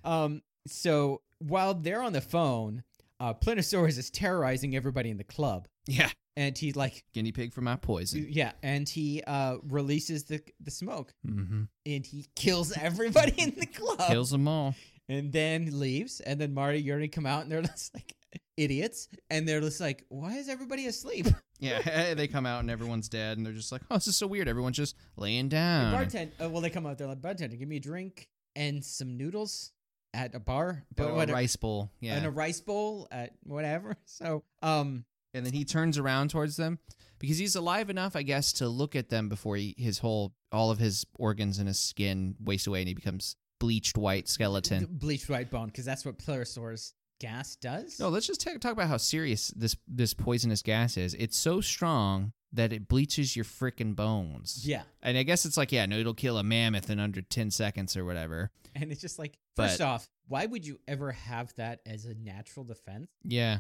Um, so while they're on the phone, uh, Plinosaurus is terrorizing everybody in the club. Yeah. And he like guinea pig for my poison. yeah, and he uh releases the the smoke hmm and he kills everybody in the club Kills them all. and then leaves and then Marty Yuri come out and they're just like idiots, and they're just like, why is everybody asleep? Yeah, they come out and everyone's dead, and they're just like, "Oh, this is so weird." Everyone's just laying down. Bartend. Uh, well, they come out. They're like, bartender, give me a drink and some noodles at a bar, Or but what a rice bowl. Yeah, and a rice bowl at whatever. So, um, and then he turns around towards them because he's alive enough, I guess, to look at them before he, his whole all of his organs and his skin waste away, and he becomes bleached white d- skeleton. bleached white bone, because that's what pleurosaur's gas does. No, let's just ta- talk about how serious this this poisonous gas is. It's so strong that it bleaches your frickin' bones. yeah, And I guess it's like, yeah, no, it'll kill a mammoth in under ten seconds or whatever. and it's just like, But- first off, why would you ever have that as a natural defense? Yeah,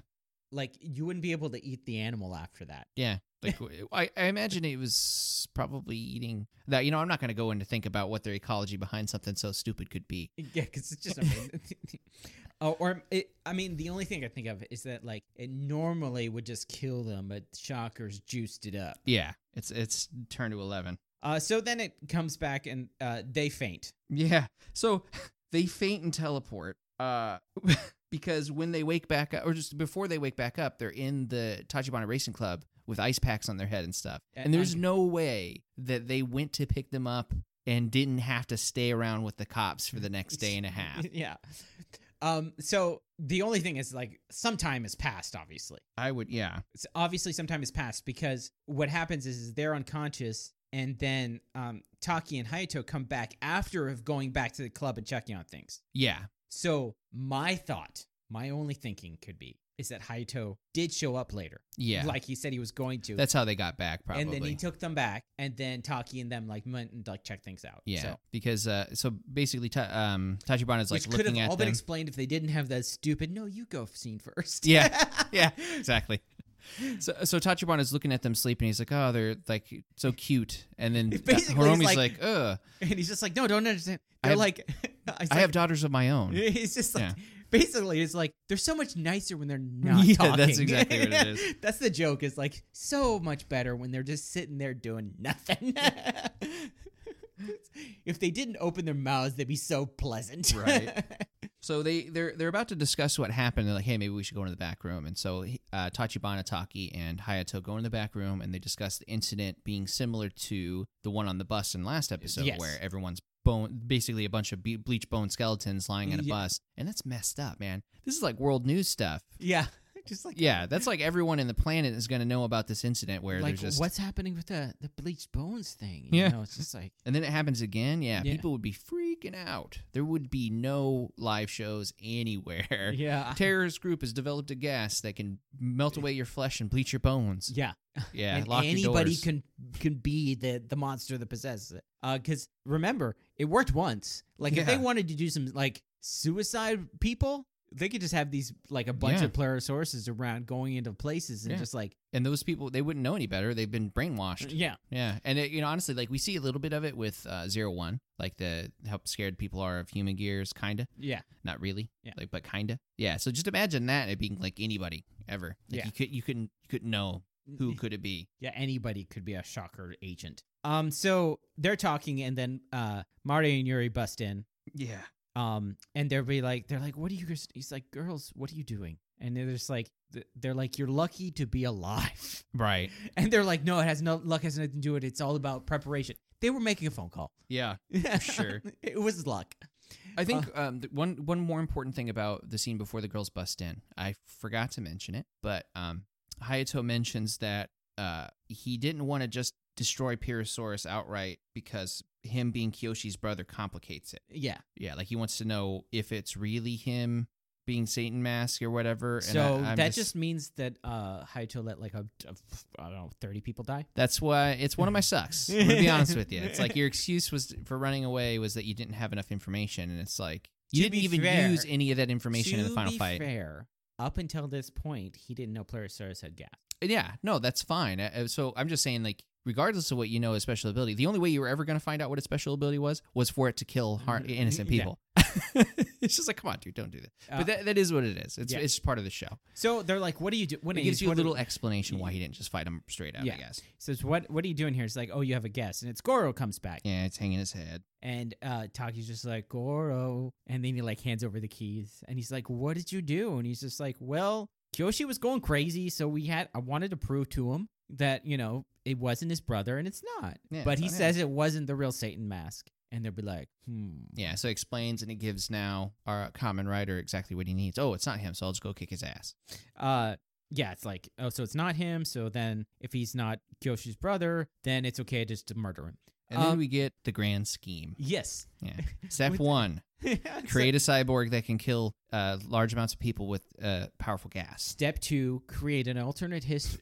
Like, you wouldn't be able to eat the animal after that. yeah. Like I, I imagine it was probably eating that. You know, I'm not going to go in to think about what their ecology behind something so stupid could be. Yeah, because it's just. amazing. Oh, or it, I mean, the only thing I think of is that like it normally would just kill them, but Shocker's juiced it up. Yeah, it's it's turned to eleven. Uh, so then it comes back and uh, they faint. Yeah. So they faint and teleport. Uh because when they wake back up or just before they wake back up, they're in the Tachibana Racing Club with ice packs on their head and stuff. A- And there's and- no way that they went to pick them up and didn't have to stay around with the cops for the next day and a half. yeah. Um, so the only thing is like some time has passed, obviously. I would yeah. It's obviously some time has passed because what happens is, is they're unconscious and then um, Taki and Hayato come back after of going back to the club and checking on things. Yeah. So my thought, my only thinking could be is that Hayato did show up later. Yeah. Like he said he was going to. That's how they got back probably. and then he took them back and then Taki and them like went and like checked things out. yeah, So. because uh, so basically, ta- um, Tachibana's like Which could looking have at all them. been explained if they didn't have that stupid "no, you go" scene first. Yeah. yeah, exactly. So, so Tachibana is looking at them sleeping. He's like, "Oh, they're like so cute." And then uh, Basically, he's Hiromi's like- like, "Ugh, and he's just like, "No, don't understand." I They're have- like, it's I like- have daughters of my own." It's just like basically, it's like they're so much nicer when they're not Yeah, talking. that's exactly what it is. that's the joke. Is like so much better when they're just sitting there doing nothing. if they didn't open their mouths, they'd be so pleasant. Right. So they they're they're about to discuss what happened. They're like, "Hey, maybe we should go into the back room." And so uh, Tachibana, Taki, and Hayato go in the back room, and they discuss the incident being similar to the one on the bus in last episode, Yes. where everyone's bone, basically a bunch of be- bleach bone skeletons lying on a Yeah. bus, and that's messed up, man. This is like world news stuff. yeah. Just like Yeah, that's like everyone in the planet is going to know about this incident where like there's just what's happening with the the bleached bones thing? Yeah. You know, it's just like. and then it happens again. Yeah, Yeah. people would be freaking out. There would be no live shows anywhere. Yeah. Terrorist group has developed a gas that can melt away your flesh and bleach your bones. Yeah. Yeah, and lock your anybody doors. can can be the the monster that possesses it. Because remember, it worked once. Like if they Yeah. wanted to do some like suicide people, they could just have these like a bunch Yeah. of pleurosaurus around going into places and Yeah. just like and those people they wouldn't know any better. They've been brainwashed. yeah, Yeah, and it, you know, honestly, like we see a little bit of it with uh, Zero One, like the how scared people are of human gears, kinda, yeah, not really, Yeah. like but kinda, yeah. So just imagine that it being like anybody ever. Like Yeah. you could you couldn't you couldn't know who could it be. yeah. Anybody could be a shocker agent. Um, so they're talking, and then uh, Marty and Yuri bust in. Yeah, um and they'll be like they're like what are you guys he's like girls what are you doing and they're just like th- they're like you're lucky to be alive right. and they're like no it has no luck has nothing to do with it it's all about preparation they were making a phone call Yeah, sure. it was luck I think um, th- one one more important thing about the scene before the girls bust in, I forgot to mention it, but um, Hayato mentions that uh, he didn't want to just destroy Pyrosaurus outright because him being Kyoshi's brother complicates it. yeah Yeah, like he wants to know if it's really him being Satan Mask or whatever. And so I, I'm that just... means that uh Hayato let like a, a i don't know 30 people die That's why it's one of my sucks. I'm gonna be honest with you. It's like your excuse was for running away was that you didn't have enough information, and it's like you To didn't be even fair- use any of that information in the To final be fight. fair up until this point he didn't know pleurosaurus had gas Yeah, no, that's fine. I- I- So I'm just saying, like, regardless of what you know as special ability, the only way you were ever going to find out what a special ability was was for it to kill har- Mm-hmm. Yeah. innocent people. it's just like, come on, dude, don't do that. Uh, but that, that is what it is. It's yeah. it's just part of the show. so they're like what are you doing what It are gives you a what are- little explanation why he didn't just fight him straight out. Yeah. I guess. says what what are you doing here it's like oh you have a guest and it's goro comes back Yeah, it's hanging his head. And uh, Taki's just like, Goro. And then he like hands over the keys. And he's like, What did you do? And he's just like, Well, Kyoshi was going crazy, so we had I wanted to prove to him that, you know, it wasn't his brother and it's not. Yeah, but it's he not him. says it wasn't the real Satan mask. And they'll be like, hmm. Yeah, so it explains and it gives now our common rider exactly what he needs. Oh, it's not him, so I'll just go kick his ass. Uh yeah, it's like, oh, so it's not him, so then if he's not Kyoshi's brother, then it's okay just to murder him. And then Um, we get the grand scheme. Yes. Yeah. Step With- one: It's like- create a cyborg that can kill uh, large amounts of people with uh, powerful gas. Step two, create an alternate history,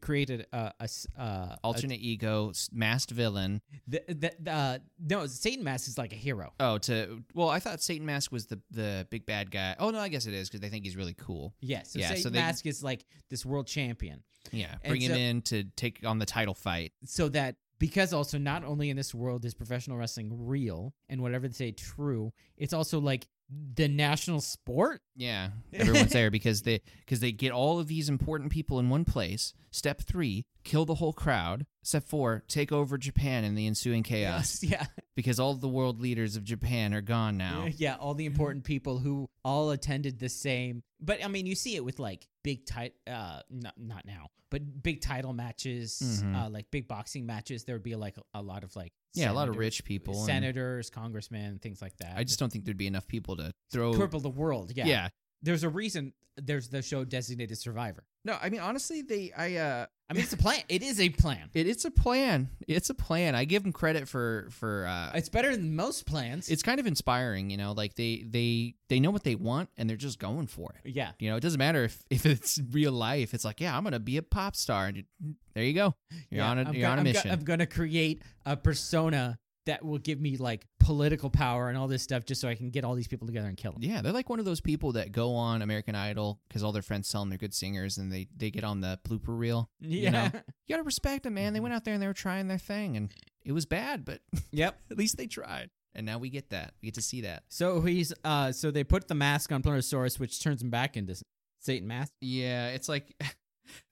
create a, a, a s- uh, Alternate ego, s- masked villain. a, the, the, the, uh, no, Satan Mask is like a hero. Oh, to well, I thought Satan Mask was the the big bad guy. Oh no, I guess it is because they think he's really cool. Yes. So Yeah, so Satan they- Mask is like this world champion. Yeah, And bring him so- in to take on the title fight. So that because also not only in this world is professional wrestling real and whatever they say true, it's also like the national sport. Yeah, everyone's there because they because they get all of these important people in one place. Step three: kill the whole crowd. Step four: take over Japan in the ensuing chaos Yeah. because all the world leaders of Japan are gone now. Yeah, all the important people who all attended the same. But I mean, you see it with like big title, uh, not not now, but big title matches, Mhm. uh, like big boxing matches. There would be like a lot of like Yeah, a lot of senators- rich people. and senators, congressmen, things like that. I just don't think there'd be enough people to throw. cripple the world. Oh. Yeah. yeah. there's a reason. There's the show designated Survivor. No, I mean honestly, they I uh, I mean, it's a plan. It is a plan. it, it's a plan. It's a plan. I give them credit for for uh, It's better than most plans. it's kind of inspiring. You know, like they they they know what they want and they're just going for it. yeah. You know, it doesn't matter if, if it's real life. It's like, yeah, I'm gonna be a pop star, and you- there you go. You're yeah, on a I'm you're go- on a I'm go- mission. I'm gonna create a persona that will give me like political power and all this stuff, just so I can get all these people together and kill them. yeah, they're like one of those people that go on American Idol because all their friends tell them they're good singers, and they they get on the blooper reel. Yeah. know? You gotta respect them, man. They went out there and they were trying their thing, and it was bad, but Yep. at least they tried. And now we get that. We get to see that. So he's uh so they put the mask on Planosaurus, which turns him back into Satan mask. Yeah, it's like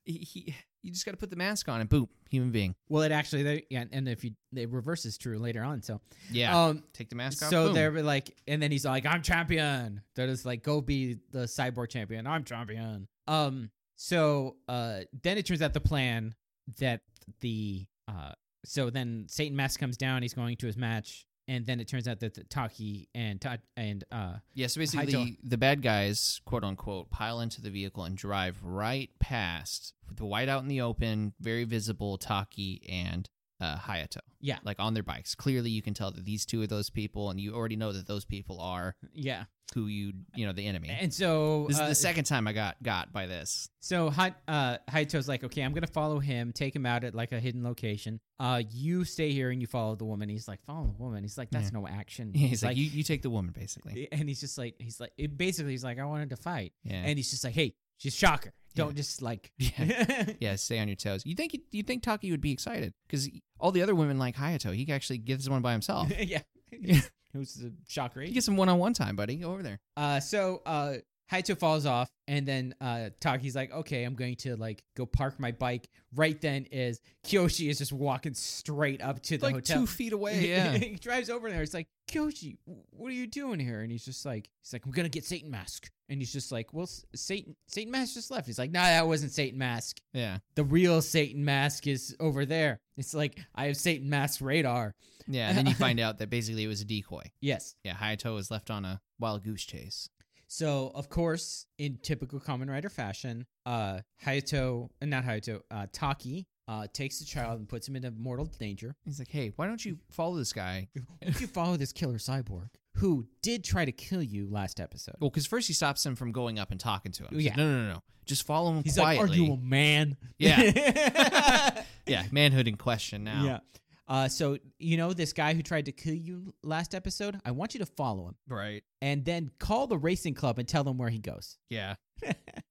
he, he you just got to put the mask on and boom, human being. Well, it actually they yeah, and if you it reverses true later on. So Yeah, um take the mask off. so boom. they're like and then he's like, I'm champion. They're just like, go be the cyborg champion. I'm champion. Um so uh then it turns out the plan that the uh so then Satan Mask comes down, he's going to his match, and then it turns out that the Taki and Ta- and uh yeah. So Hi, basically, Joel. the bad guys, quote unquote, pile into the vehicle and drive right past the white out in the open, very visible Taki and uh, Hayato. Yeah. like on their bikes. Clearly, you can tell that these two are those people, and you already know that those people are yeah. who you you know the enemy. And so this is uh, the second time I got got by this. So Hi- uh, Haito's like, okay, I'm gonna follow him, take him out at like a hidden location. Uh, you stay here and you follow the woman. He's like, follow the woman. He's like, that's no action. He's, like, you, you take the woman, basically. and he's just like, he's like, it basically, he's like, I wanted to fight, Yeah. and he's just like, hey, just shock her. Don't Yeah. just like, Yeah, stay on your toes. You think you think Taki would be excited because all the other women like Hayato. He actually gives one by himself. yeah. Yeah. Who's the shocker? He gets some one on one time, buddy. Go over there. Uh, so uh, Haito falls off, and then uh, Taki's like, "Okay, I'm going to like go park my bike." Right then is Kyoshi is just walking straight up to the like hotel, two feet away. Yeah, he drives over there. It's like, Kyoshi, what are you doing here? And he's just like, he's like, I'm gonna get Satan Mask. And he's just like, well, S- Satan, Satan Mask just left. He's like, nah, that wasn't Satan Mask. yeah, The real Satan Mask is over there. It's like I have Satan Mask radar. yeah. And then you find out that basically it was a decoy. Yes. Yeah, Hayato was left on a wild goose chase. So of course, in typical Common Rider fashion, uh, Hayato, uh, not Hayato, uh, Taki. Uh, takes the child and puts him into mortal danger. He's like, "Hey, why don't you follow this guy?" If you follow this killer cyborg who did try to kill you last episode, Well, because first he stops him from going up and talking to him. He's Yeah. like, no, no, no, no. Just follow him he's quietly. like, "Are you a man?" yeah, yeah. Manhood in question now. Yeah. Uh, so you know this guy who tried to kill you last episode? I want you to follow him right. and then call the racing club and tell them where he goes. Yeah.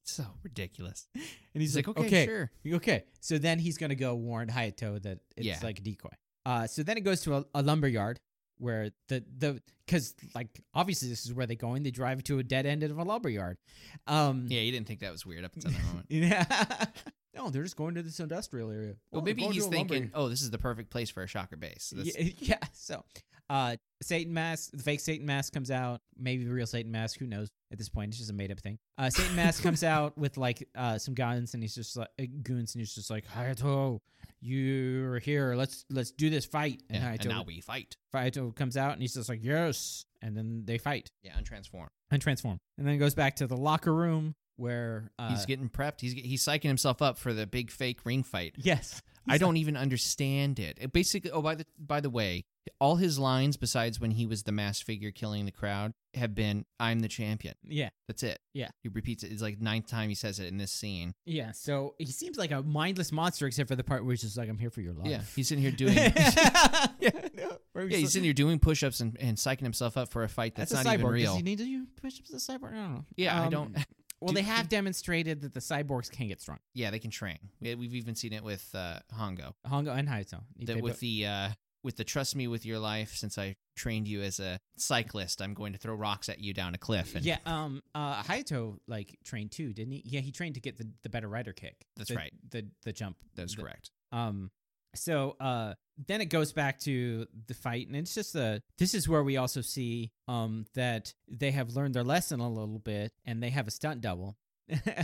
so ridiculous. And He's, like, okay, sure. okay." So then he's gonna go warn Hayato that it's Yeah. like a decoy. Uh, so then it goes to a, a lumber yard where the the because like obviously this is where they going. They drive to a dead end of a lumber yard. Um, Yeah, you didn't think that was weird up until that moment. yeah. no, they're just going to this industrial area. Well, Oh, they're maybe going he's to a lumber- thinking, oh, this is the perfect place for a shocker base. This- yeah, yeah. So, Uh, Satan mask, the fake Satan mask comes out. Maybe the real Satan mask. Who knows? At this point, it's just a made up thing. Uh, Satan mask comes out with like uh some guns, and he's just like uh, goons, and he's just like Hayato, you're here. Let's let's do this fight. Yeah, and Hayato- now we fight. Fido comes out and he's just like, yes. And then they fight Yeah, and transform. and transform. And then goes back to the locker room where. Uh, he's getting prepped. He's he's psyching himself up for the big fake ring fight. Yes. I don't even understand it. It basically. Oh, by the by the way, all his lines besides when he was the masked figure killing the crowd have been "I'm the champion." Yeah. That's it. Yeah. he repeats it. It's like ninth time he says it in this scene. Yeah. So he seems like a mindless monster, except for the part where he's just like, I'm here for your life. Yeah, he's in here doing. yeah, yeah. no. Where he's in here doing push-ups and, and psyching himself up for a fight that's, That's, a not cyborg. even real. Does he need to do push ups as a cyborg? I don't know. yeah, I Um, don't. Well, do- they have demonstrated that the cyborgs can get strong. Yeah, they can train. We, we've even seen it with uh, Hongo. Hongo and Hayato. They That with both- the uh, with the trust me with your life. Since I trained you as a cyclist, I'm going to throw rocks at you down a cliff. And yeah, um, uh, Hayato like trained too, didn't he? Yeah, he trained to get the, the better rider kick. That's The- right. The the jump. that's the- correct. Um, so uh, then it goes back to the fight, and it's just the this is where we also see um that they have learned their lesson a little bit, and they have a stunt double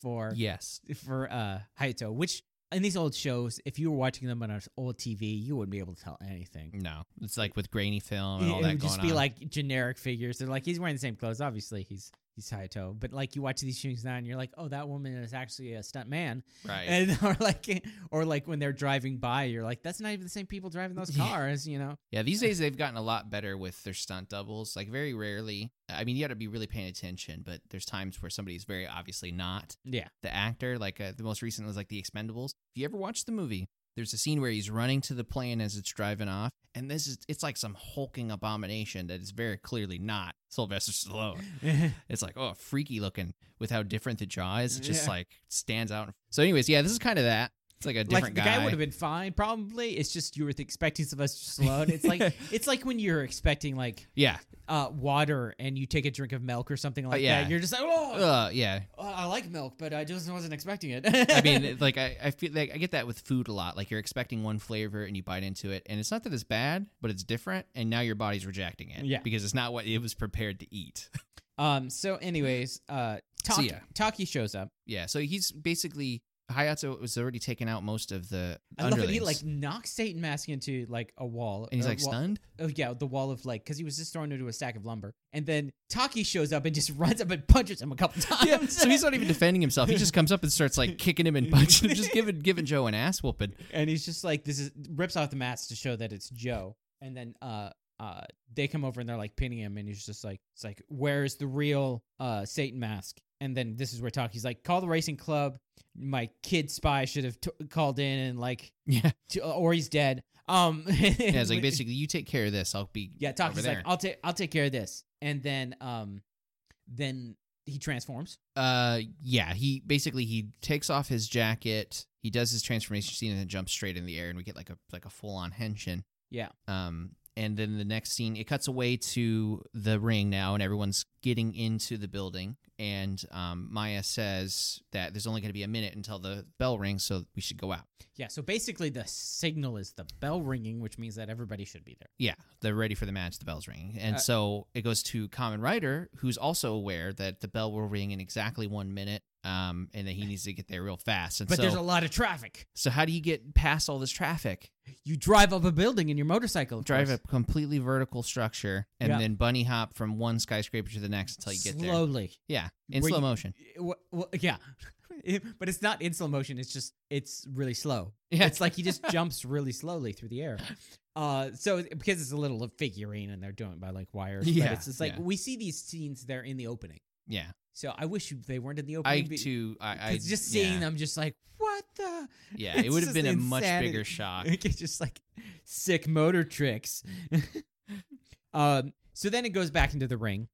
for Yes, for uh Hayato, which in these old shows, if you were watching them on an old TV, you wouldn't be able to tell anything. no, it's like with grainy film It- and all Mm, it that would going just be on. like generic figures. They're like he's wearing the same clothes. Obviously, he's he's Hayato, but like you watch these things now, and you're like, oh, that woman is actually a stunt man right. and or like or like when they're driving by you're like that's not even the same people driving those Yeah. cars you know yeah, these days they've gotten a lot better with their stunt doubles. Like very rarely. I mean, you got to be really paying attention, but there's times where somebody's very obviously not yeah the actor. Like uh, the most recent was like The Expendables. If you ever watched the movie, there's a scene where he's running to the plane as it's driving off, and this is it's like some hulking abomination that is very clearly not Sylvester Stallone. It's like oh, freaky looking with how different the jaw is. It just Yeah. like stands out. So, anyways, yeah, this is kind of that. It's like a like different the guy, would have been fine probably it's just you were expecting sylvester stallone it's like it's like when you're expecting like yeah, uh water and you take a drink of milk or something like yeah. that you're just like oh uh, yeah. uh, i like milk but i just wasn't expecting it I mean, it- like I, I feel like I get that with food a lot. Like you're expecting one flavor and you bite into it, and it's not that it's bad, but it's different, and now your body's rejecting it. Yeah. because it's not what it was prepared to eat. um so anyways uh Taki, ya. Taki shows up. Yeah, so he's basically Hayato was already taking out most of the I love underlings, it. He like knocks Satan Mask into like a wall, and he's a like wall- stunned. Oh yeah, the wall of like because he was just thrown into a stack of lumber, and then Taki shows up and just runs up and punches him a couple times. Yeah, so he's not even defending himself. He just comes up and starts like kicking him and punching him, just giving giving Joe an ass whooping. and he's just like this is rips off the mask to show that it's Joe, and then uh uh they come over and they're like pinning him, and he's just like it's like where's the real uh Satan mask? And then this is where Taki's like call the racing club. My kid spy should have t- called in and like Yeah, t- or he's dead. Um, yeah. It's like basically you take care of this. I'll be Yeah, over Taki's like, there. I'll take I'll take care of this. And then um then he transforms. Uh, yeah. He basically he takes off his jacket. He does his transformation scene and then jumps straight in the air, and we get like a like a full on henshin. Yeah. Um, and then the next scene it cuts away to the ring now, and everyone's getting into the building. And um, Maya says that there's only going to be a minute until the bell rings, so we should go out. Yeah, so basically the signal is the bell ringing, which means that everybody should be there. Yeah, they're ready for the match. The bell's ringing, and Uh, so it goes to Common Rider, who's also aware that the bell will ring in exactly one minute, um, and that he needs to get there real fast. And But so, there's a lot of traffic. So how do you get past all this traffic? You drive up a building in your motorcycle. of Drive course. a completely vertical structure and Yeah. then bunny hop from one skyscraper to the next until you get there. slowly. Yeah, in Where slow you- motion. Wh- wh- yeah. It- but it's not in slow motion, it's just it's really slow. Yeah. It's like he just jumps really slowly through the air. Uh, so because it's a little figurine and they're doing it by like wires, Yeah, but it's just like yeah. we see these scenes they're in the opening. Yeah, So I wish they weren't in the opening. I be- too. I, I 'cause just seeing yeah, them, just like what the, Yeah, it it's would have just been a much insanity. bigger shock. it's just like sick motor tricks. um, so then it goes back into the ring,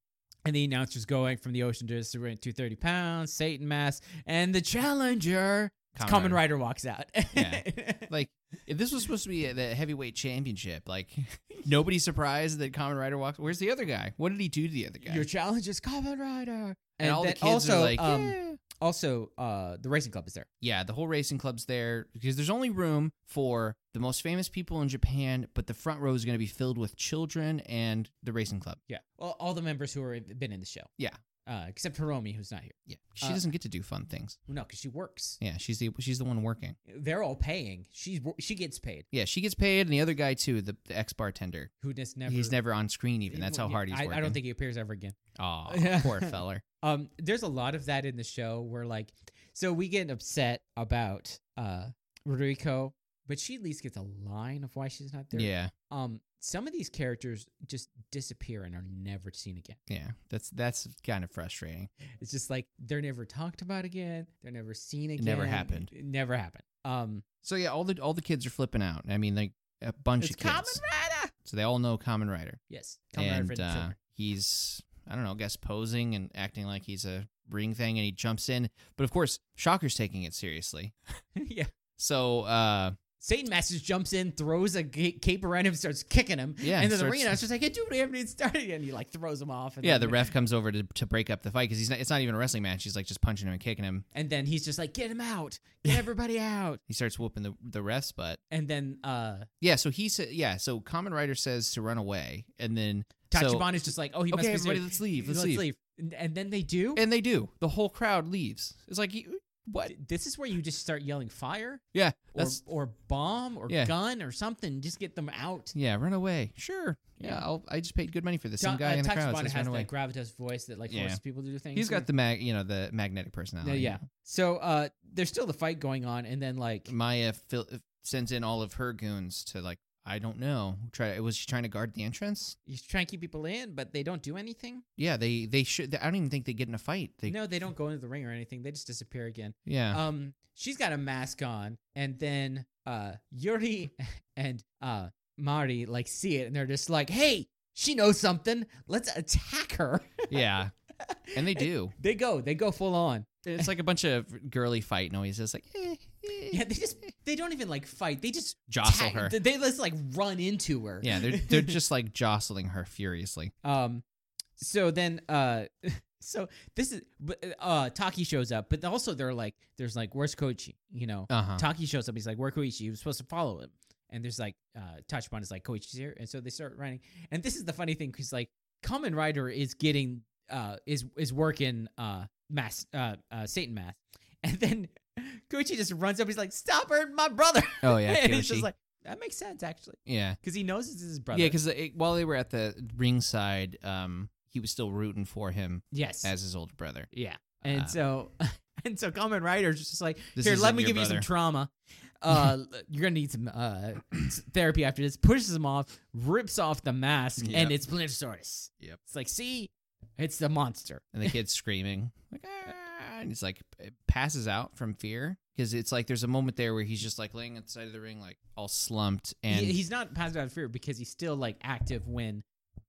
and the announcer's going from the ocean to the ring, two thirty pounds, Satan mask, and the challenger, Common, Rider walks out. Yeah. Like if this was supposed to be the heavyweight championship, like nobody's surprised that Common Rider walks. Where's the other guy? What did he do to the other guy? Your challenge is Common Rider, uh, and, all then the kids are like, um, "Yeah." Also, uh, the racing club is there. Yeah, the whole racing club's there because there's only room for the most famous people in Japan, but the front row is going to be filled with children and the racing club. Yeah. Well, all the members who have been in the show. Yeah. Uh, except Hiromi, who's not here. Yeah, she Uh, doesn't get to do fun things. Well, no, because she works. Yeah, she's the she's the one working. They're all paying. She's wo- she gets paid. Yeah, she gets paid, and the other guy too, the, the ex bartender. Who just never. He's never on screen even. That's how Yeah, hard he's I, working. I don't think he appears ever again. Oh, poor feller. Um, there's a lot of that in the show where like, so we get upset about uh Ruiko, but she at least gets a line of why she's not there. Yeah, Um, some of these characters just disappear and are never seen again. yeah. That's that's kind of frustrating. It's just like they're never talked about again. They're never seen again. never happened. It never happened. Um, So yeah, all the all the kids are flipping out. I mean, like a bunch it's of kids. Kamen Rider. So they all know Common Rider. Yes, Kamen Rider and for the uh, children. he's I don't know, I guess posing and acting like he's a ring thing, and he jumps in. But of course, Shocker's taking it seriously. yeah. So uh, Satan Masters jumps in, throws a ga- cape around him, starts kicking him. Yeah, and then the starts- ring announcer's like, hey, dude, we haven't even started yet. And he like throws him off. And yeah, then- the ref comes over to, to break up the fight because he's not, it's not even a wrestling match. He's like just punching him and kicking him. And then he's just like, get him out. Get everybody out. He starts whooping the the ref's butt. And then uh Yeah, so he said yeah, so Common Rider says to run away, and then so, Tachibana is just like, oh, he must okay, be everybody, serious. let's leave, let's, leave. And, and then they do. and they do. The whole crowd leaves. It's like you- what? this is where you just start yelling fire Yeah, or, that's or bomb or Yeah. gun or something. Just get them out. yeah, run away. Sure. Yeah, Yeah. I'll, I just paid good money for this. Ta- Some guy uh, in the crowd Tachibana says has run away. that gravitas voice that like Yeah. forces people to do things. He's got or- the mag, you know, the magnetic No, personality. yeah. So uh there's still the fight going on, and then like Maya fil- sends in all of her goons to like, I don't know. Try was she trying to guard the entrance? he's trying to keep people in, but they don't do anything. Yeah, they they should. I don't even think they get in a fight. They no, they don't go into the ring or anything. They just disappear again. yeah. Um, she's got a mask on, and then uh Yuri and uh Mari like see it, and they're just like, "Hey, she knows something. Let's attack her." Yeah. And they do. They go, they go full on. It's like a bunch of girly fight noises, like eh, eh, Yeah, they just they don't even like fight. They just jostle ta- her. They, they just like run into her. yeah, they're they're just like jostling her furiously. Um, so then, uh, so this is, but uh, Taki shows up, but also they're like, there's like, where's Koichi? You know, Uh huh. Taki shows up. He's like, where Koichi? He was supposed to follow him. And there's like, uh, Tachibana is like, Koichi's here. And so they start running. And this is the funny thing because like, Kamen Rider is getting, uh, is is working, uh, mass, uh, uh, Satan math. And then Koichi just runs up. He's like, stop her, my brother. Oh yeah. and it's just Kyoshi. like, that makes sense actually. yeah. Because he knows it's his brother. Yeah, because while they were at the ringside, um, he was still rooting for him yes. as his older brother. Yeah. And Uh, so and so Kamen Rider's just like, This here, let isn't me your give you some brother." trauma. Uh l- you're gonna need some uh s- therapy after this, pushes him off, rips off the mask, Yep. and it's Splintosaurus. Yep. It's like, see, it's the monster. and the kid's screaming like ah, and he's like p- passes out from fear because it's like there's a moment there where he's just like laying at the side of the ring like all slumped and he, he's not passed out of fear because he's still like active when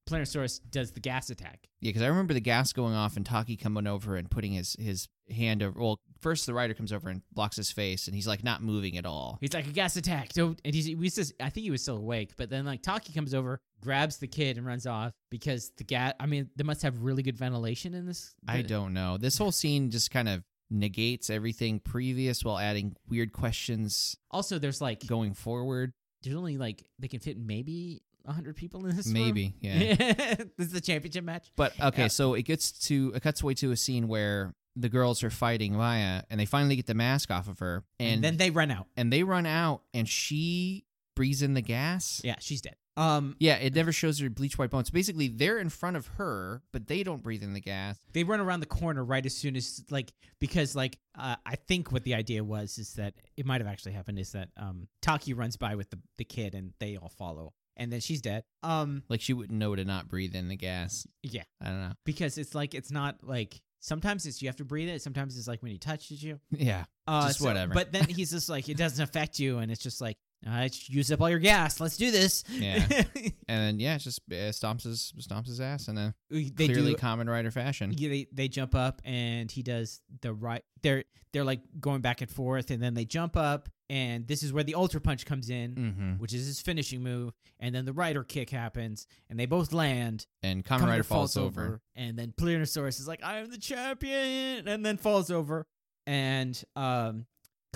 Planosaurus does the gas attack. yeah because I remember the gas going off and Taki coming over and putting his his hand over well first the rider comes over and blocks his face and he's like not moving at all He's like a gas attack. Don't and he's he was just I think he was still awake, but then like Taki comes over, grabs the kid and runs off because the gas I mean, they must have really good ventilation in this. I the- don't know this whole scene just kind of negates everything previous while adding weird questions Also, there's like going forward there's only like they can fit maybe hundred people in this. room. maybe yeah this is the championship match. But okay, Yeah. so it gets to it cuts away to a scene where the girls are fighting Maya, and they finally get the mask off of her, and, And, then they run out. and they run out, and she breathes in the gas. Yeah, she's dead. Um, Yeah, it never shows her bleach white bones. Basically, they're in front of her, but they don't breathe in the gas. they run around the corner right as soon as like because like uh, I think what the idea was is that it might have actually happened is that um Taki runs by with the the kid and they all follow and then she's dead. Um, Like she wouldn't know to not breathe in the gas. yeah, I don't know. because it's like it's not like sometimes it's you have to breathe it. Sometimes it's like when he touches you. Yeah, Uh, Just whatever. But then he's just like, it doesn't affect you, and it's just like, I used up all your gas. Let's do this. Yeah. and yeah, it's just uh, stomps his stomps his ass in a they clearly do. common rider fashion. yeah, they, they jump up, and he does the right. They're they're like going back and forth, and then they jump up, and this is where the ultra punch comes in. Mm-hmm. Which is his finishing move, and then the rider kick happens, and they both land. And common Kamen rider falls over. and then Plionosaurus is like, "I am the champion," and then falls over. and um,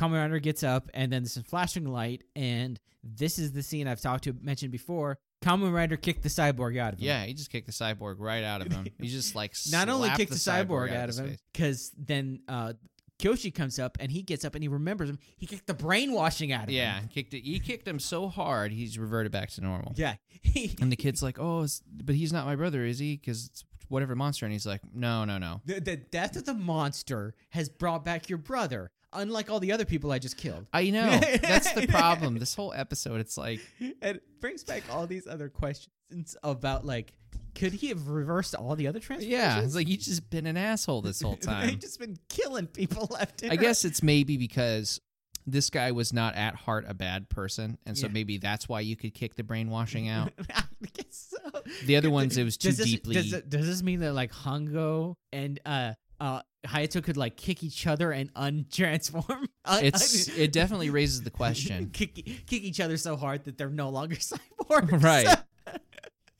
Kamen Rider gets up, and then there's a flashing light, and this is the scene I've talked to mentioned before. Kamen Rider kicked the cyborg out of him. Yeah, he just kicked the cyborg right out of him. He just like Not only slapped kicked the, cyborg, out his of him, face. because then uh, Kyoshi comes up and he gets up and he remembers him. He kicked the brainwashing out of Yeah, him. kicked it. He kicked him so hard he's reverted back to normal. Yeah. Yeah. And the kid's like, "Oh, it's, but he's not my brother, is he? Because it's whatever monster." And he's like, "No, no, no. The, the death of the monster has brought back your brother, unlike all the other people I just killed. I know. That's the problem. This whole episode, it's like, It brings back all these other questions about like, could he have reversed all the other transformations? yeah, it's like you just been an asshole this whole They've time. just been killing people left and I guess it's maybe because." This guy was not at heart a bad person, and so Yeah. maybe that's why you could kick the brainwashing out. right. I guess so. The other ones, it was too does this, deeply. Does, it- does this mean that like Hongo and uh uh Hayato could like kick each other and untransform? Un- it's un- it definitely raises the question. kick, kick each other so hard that they're no longer cyborgs.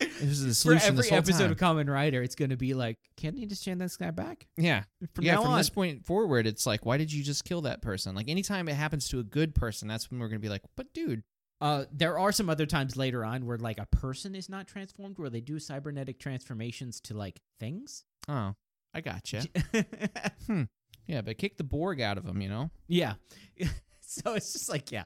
Right. This is the For solution every this whole episode time. of Common Rider, it's going to be like, can you just chain this guy back? yeah, From yeah. now From on, this point forward, it's like, why did you just kill that person? Like anytime it happens to a good person, that's when we're gonna be like, but dude, Uh, there are some other times later on where like a person is not transformed, where they do cybernetic transformations to like things. oh, I gotcha. yeah, but kick the Borg out of him, you know. yeah. so it's just like yeah,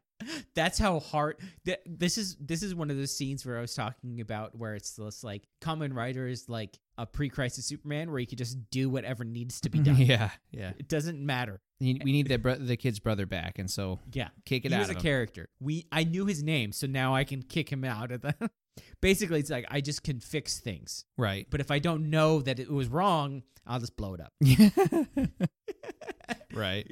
that's how hard. Th- this is this is one of those scenes where I was talking about where it's this like common writer is like a pre-crisis Superman where you could just do whatever needs to be done. yeah, yeah. It doesn't matter. You- We need the bro- the kid's brother back, and so Yeah. kick it he out was a of him. character. We I knew his name, so now I can kick him out of the. Basically, it's like I just can fix things. right. but if I don't know that it was wrong, I'll just blow it up. right.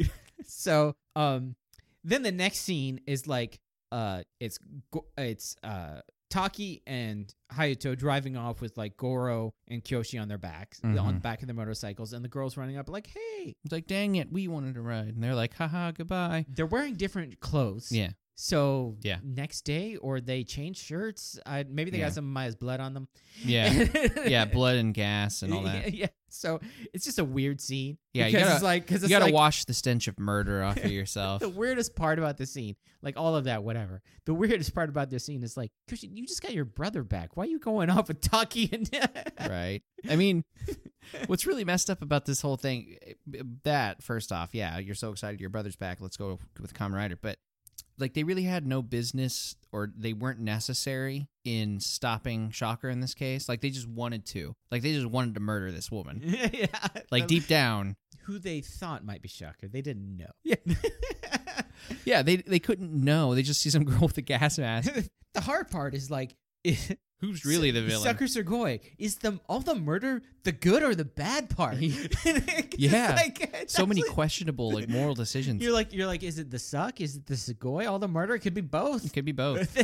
So, um, then the next scene is like, uh, it's Go- it's uh Taki and Hayato driving off with like Goro and Kyoshi on their backs, on the Mhm. back of their motorcycles, and the girls running up like, "Hey!" It's like, dang it, we wanted to ride, and they're like, haha, goodbye. They're wearing different clothes. Yeah. So Yeah. next day, or they change shirts. I, maybe they Yeah. got some of Maya's blood on them. Yeah. yeah, blood and gas and all that. Yeah, yeah. So it's just a weird scene. Yeah, you because gotta- it's like because You it's gotta like, wash the stench of murder off of yourself. the weirdest part about this scene, like all of that, whatever. The weirdest part about this scene is like, Christian, you just got your brother back. Why are you going off with Taki and right? I mean, what's really messed up about this whole thing? eh, That first off, yeah, you're so excited your brother's back. Let's go with Kamen Rider, but like they really had no business or they weren't necessary in stopping Shocker in this case. Like they just wanted to, like they just wanted to murder this woman. yeah, Like deep down, who they thought might be Shocker, they didn't know. Yeah. yeah, they they couldn't know. They just see some girl with a gas mask. the hard part is like. Who's really the villain? Sucker Sergoi. Is the all the murder the good or the bad part? It's Yeah. like, it's So many actually- questionable like moral decisions. You're like you're like, is it the suck? Is it the Segoy? All the murder? It could be both. It could be both.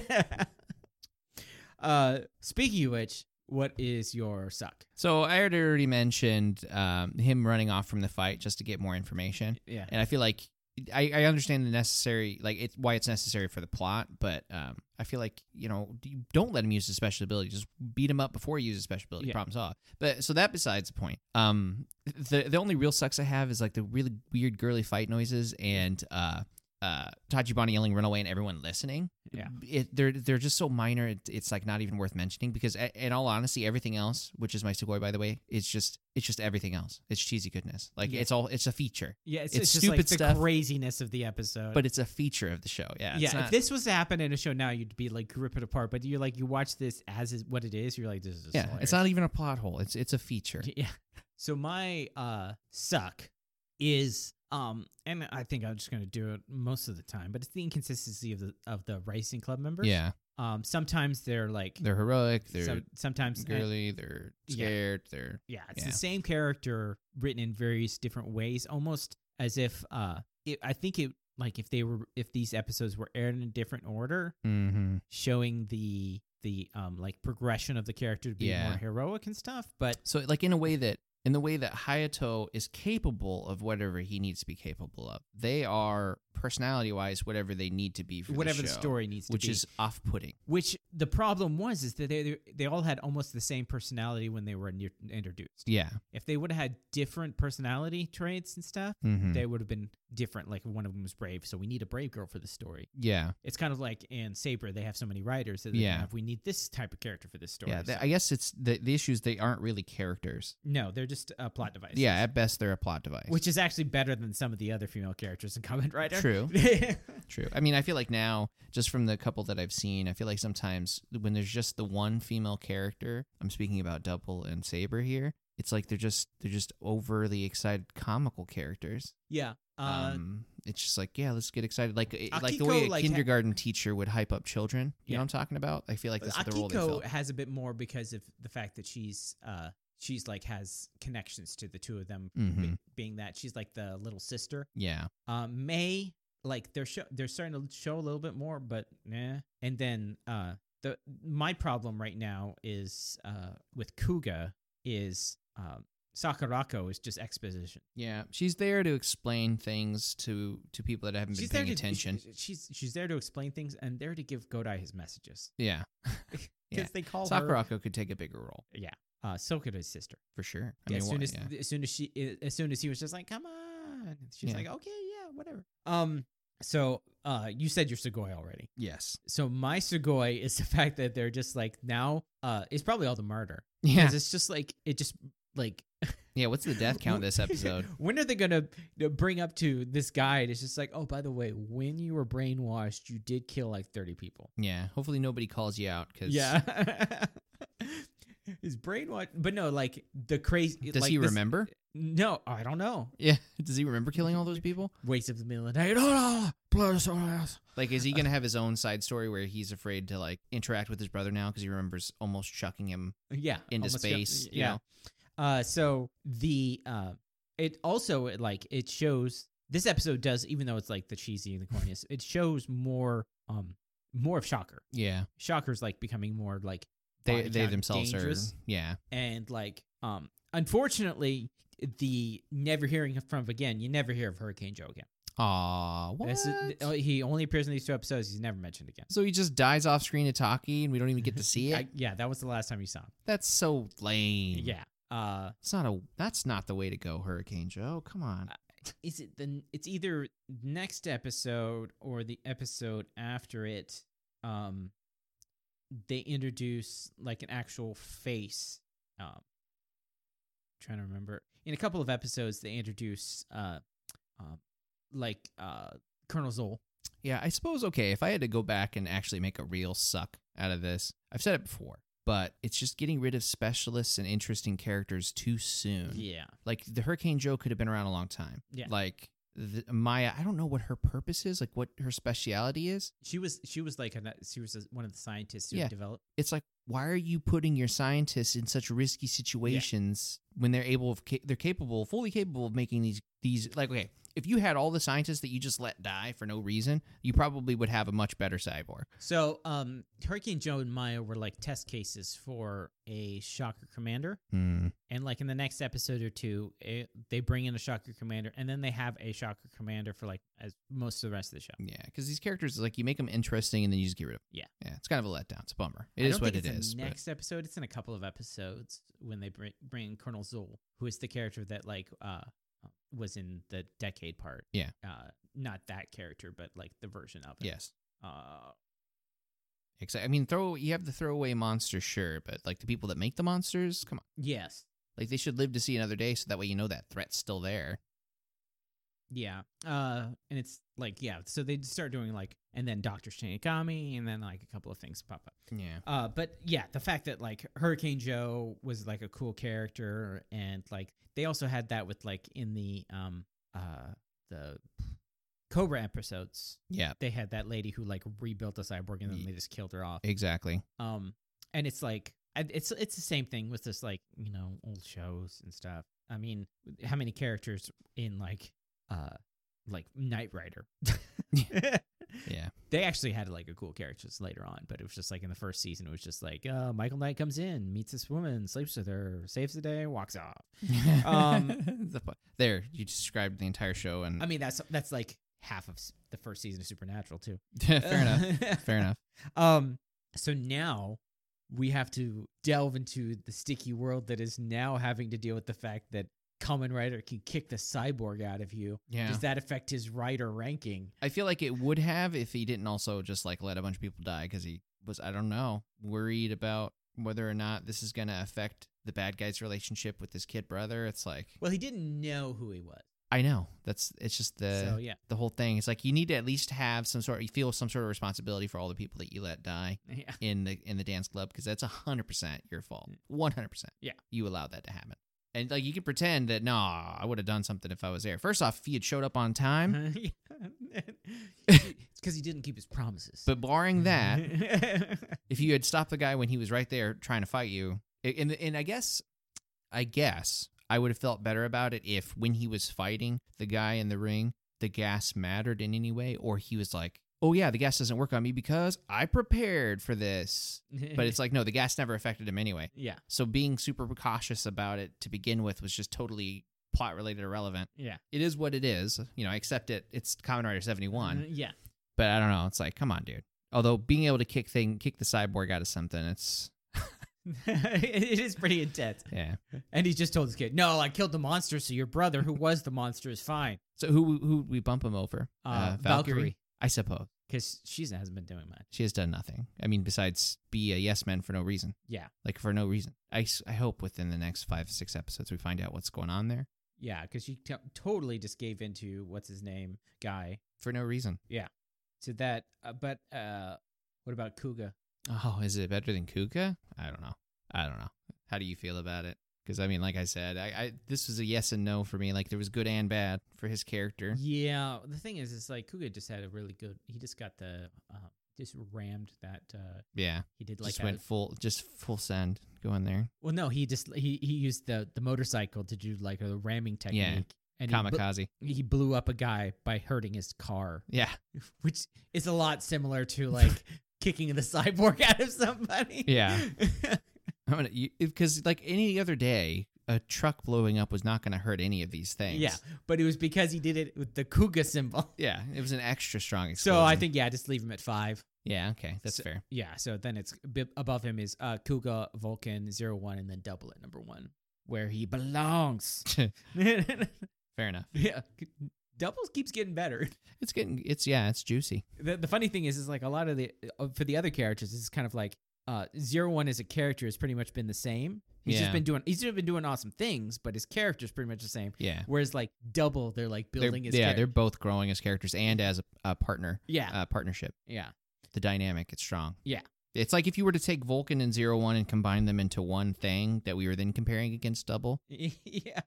uh, speaking of which, what is your suck? So I had already mentioned um, him running off from the fight just to get more information. Yeah. and I feel like I, I understand the necessary like it's why it's necessary for the plot, but um, I feel like you know d- don't let him use his special ability. Just beat him up before he uses special ability. Yeah. Problem solved. But so that besides the point. Um, the the only real sucks I have is like the really weird girly fight noises and uh. Uh, Tachibana yelling "Run away!" and everyone listening. Yeah. it, they're they're just so minor. It, it's like not even worth mentioning because, a- in all honesty, everything else, which is my Sugoi, by the way, it's just it's just everything else. It's cheesy goodness. Like Yeah. it's all it's a feature Yeah, it's, It's it's just like stupid the stuff. craziness of the episode. but it's a feature of the show. Yeah, yeah, it's not, if this was to happen in a show now, you'd be like rip it apart. But you're like you watch this as is what it is. You're like this is just yeah, hilarious. it's not even a plot hole. It's it's a feature. Yeah. So my uh suck is um and I think I'm just gonna do it most of the time, but it's the inconsistency of the of the racing club members. Yeah, Um sometimes they're like they're heroic. They're some, sometimes uh, girly. They're Yeah. scared. They're Yeah, it's Yeah. the same character written in various different ways, almost as if uh it, I think it like if they were if these episodes were aired in a different order, mm-hmm. showing the the um like progression of the character to be Yeah. more heroic and stuff, but so like in a way that in the way that Hayato is capable of whatever he needs to be capable of. They are personality wise whatever they need to be for whatever the, the show, story needs to which be. is off putting. which the problem was is that they- they they all had almost the same personality when they were near, introduced. Yeah. If they would have had different personality traits and stuff, Mm-hmm. they would have been different. Like one of them was brave, so we need a brave girl for the story. yeah. It's kind of like in Saber, they have so many writers that they Yeah. have. We need this type of character for this story. Yeah. So- th- I guess it's the, the issue is they aren't really characters. no, they're just a plot device. Yeah. At best, they're a plot device. which is actually better than some of the other female characters in Kamen Rider. True. True. I mean, I feel like now, just from the couple that I've seen, I feel like sometimes when there's just the one female character, I'm speaking about Double and Saber here. It's like they're just they're just overly excited comical characters. yeah. Uh, um, it's just like yeah, let's get excited, like it- like the Akiko, way a like, ha- kindergarten teacher would hype up children. You Yeah. know what I'm talking about? I feel like that's the role they fill. Akiko has a bit more because of the fact that she's uh she's like has connections to the two of them be- Mhm. being that she's like the little sister. Yeah, Uh, May like they're show they're starting to show a little bit more, but nah. And then uh the my problem right now is uh with Kuga is um Sakurako is just exposition. yeah. She's there to explain things to to people that haven't been paying to, attention. she- she's she's there to explain things and there to give Godai his messages yeah, because Yeah. they call her Sakurako could take a bigger role uh, Sokota's sister. for sure. as wha- soon as yeah. as soon as she as soon as he was just like, come on, she's Yeah. like, okay, yeah, whatever. Um, so uh, you said your Sugoi already. yes, So my Sugoi is the fact that they're just like now. Uh, it's probably all the murder yeah, because it's just like it just like yeah. What's the death count this episode? when are they gonna uh, bring up to this guy? and It's just like, oh, by the way, when you were brainwashed, you did kill like thirty people. Yeah. Hopefully nobody calls you out because Yeah. His brainwash, but no, like the crazy. does like he this- remember? No, I don't know. Yeah. Does he remember killing all those people? Waste of the middle of the night. Oh, blood is on us. Like, is he gonna have his own side story where he's afraid to like interact with his brother now because he remembers almost chucking him? Yeah, Into almost got- space, you yeah. Uh, so the uh, it also it, like it shows this episode does even though it's like the cheesy and the corniest, it shows more um more of Shocker. Yeah. Shocker's like becoming more like They body they count themselves dangerous. are. Yeah. and like um unfortunately the never hearing from again you never hear of Hurricane Joe again. Aw. What? This is- oh, he only appears in these two episodes. He's never mentioned again. so he just dies off screen at Taki, and we don't even get to see it. Mm. I, yeah, that was the last time you saw him. that's so lame. Yeah. Uh, It's not a. That's not the way to go, Hurricane Joe. Come on. is it the n- it's either next episode or the episode after it um they introduce like an actual face um trying to remember in a couple of episodes they introduce uh um like uh colonel zoll Yeah, I suppose okay, if I had to go back and actually make a real suck out of this, I've said it before, but it's just getting rid of specialists and interesting characters too soon. yeah Like the Hurricane Joe could have been around a long time. Yeah. Like the, Maya, I don't know what her purpose is, like what her speciality is. she was she was like a, she was a, one of the scientists who Yeah. developed It's like why are you putting your scientists in such risky situations when they're able of ca- they're capable, fully capable of making these these like okay, if you had all the scientists that you just let die for no reason, you probably would have a much better cyborg. so um hurricane joe and maya were like test cases for a shocker commander Hmm. And like in the next episode or two, it, they bring in a Shocker Commander, and then they have a Shocker Commander for like as most of the rest of the show. Yeah, because these characters, like, you make them interesting and then you just get rid of 'em. Yeah. Yeah, it's kind of a letdown. It's a bummer. I It is don't what think it it's in is. but- Next episode, it's in a couple of episodes when they bring, bring in Colonel Zol, who is the character that like uh was in the decade part. Yeah. uh, not that character, but like the version of it. yes. Uh, Exactly. I mean, throw you have the throwaway monster, sure, but, like, the people that make the monsters, come on. yes. Like, they should live to see another day so that way you know that threat's still there. Yeah. Uh, and it's like yeah. So they start doing like, and then Doctor Shinigami, and then like a couple of things pop up. Yeah. Uh, but yeah, the fact that like Hurricane Joe was like a cool character, and like they also had that with like in the um uh the Cobra episodes, Yeah, they had that lady who like rebuilt the cyborg and then Ye- they just killed her off. exactly. Um, and it's like and it's it's the same thing with this like you know old shows and stuff. I mean, how many characters in like uh like Knight Rider? Yeah. They actually had like a cool characters later on, but it was just like in the first season, it was just like uh, Michael Knight comes in, meets this woman, sleeps with her, saves the day, walks off. Um, The fu- there, you described the entire show, and I mean, that's that's like half of s- the first season of Supernatural too. fair enough. Fair enough. Um, so now we have to delve into the sticky world that is now having to deal with the fact that Kamen Rider can kick the cyborg out of you. Yeah. Does that affect his rider ranking? I feel like it would have if he didn't also just like let a bunch of people die because he was I don't know worried about whether or not this is going to affect the bad guy's relationship with his kid brother. It's like Well, he didn't know who he was. I know that's it's just the so yeah, the whole thing. It's like you need to at least have some sort you feel some sort of responsibility for all the people that you let die yeah. in the in the dance club because that's hundred percent your fault. One hundred percent. Mm. Yeah. you allowed that to happen. And like you can pretend that no, I would have done something if I was there. First off, if he had showed up on Mm-hmm. time. it's because he didn't keep his promises. But Mm-hmm. barring that, if you had stopped the guy when he was right there trying to fight you, a- and and I guess, I guess I would have felt better about it if when he was fighting the guy in the ring, the gas mattered in any way, or he was like, "Oh yeah, the gas doesn't work on me because I prepared for this." But it's like, no, the gas never affected him anyway. yeah, So being super cautious about it to begin with was just totally plot related irrelevant. yeah, It is what it is. You know, I accept it. It's Common Rider 71 yeah. but I don't know. It's like, come on, dude. Although being able to kick thing, kick the cyborg out of something, it's it is pretty intense. yeah. And he just told his kid, "No, I killed the monster, so your brother, who was the monster, is fine." So who who would we bump him over? Uh, Valkyrie. I suppose because she hasn't been doing much. she has done nothing. I mean, besides be a yes man for no reason. Yeah. like for no reason. I s- I hope within the next five six episodes we find out what's going on there Yeah, because she t- totally just gave into what's his name guy for no reason. to that. Uh, but uh, what about Kuga? Oh, is it better than Kuka? I don't know. I don't know. How do you feel about it? Because I mean, like I said, I, I this was a yes and no for me. Like there was good and bad for his character. Yeah, the thing is, it's like Kuga just had a really good. He just got the um, just rammed that. Uh, Yeah, he did like just a- went full just full send going there. well, no, he just he he used the the motorcycle to do like a ramming technique. And he bl- kamikaze. he blew up a guy by hurting his car, yeah, which is a lot similar to like kicking the cyborg out of somebody. Yeah. I'm gonna because like any other day, a truck blowing up was not gonna hurt any of these things. Yeah, but it was because he did it with the Kuga symbol. yeah, it was an extra strong explosion. So I think yeah, just leave him at five. yeah, okay, that's So- fair. Yeah, so then it's a bit above him is uh, Kuga Vulcan zero one, and then double at number one where he belongs. yeah, Fair enough. doubles keeps getting better. It's getting it's yeah, it's juicy. The, the funny thing is, is like a lot of the uh, for the other characters, it's kind of like uh, zero one as a character has pretty much been the same. He's Yeah. just been doing he's just been doing awesome things, but his character's pretty much the same. Yeah, Whereas like double, they're like they're, building his yeah, character. they're both growing as characters and as a, a partner yeah, uh, partnership. yeah, The dynamic it's strong. Yeah. It's like if you were to take Vulcan and Zero One and combine them into one thing that we were then comparing against Double, yeah,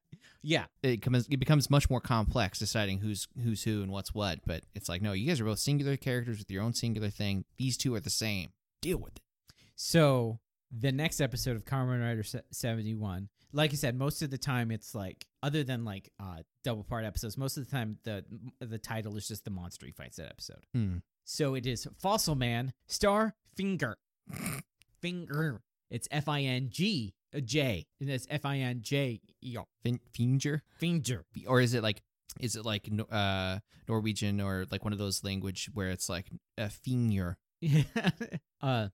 yeah. it comes it becomes much more complex deciding who's who's who and what's what. But it's like, no, you guys are both singular characters with your own singular thing. These two are the same. Deal with it. So the next episode of Kamen Rider Se- 71, like I said, most of the time it's like other than like uh double part episodes, most of the time the the title is just the monster he fights that episode. Hmm. So it is Fossil Man Star Finger. Finger. It's F I N G J. And it's F I N J E R. Fin- Finger, Finger. or is it like, is it like Nor- uh, Norwegian or like one of those language where it's like a finger, uh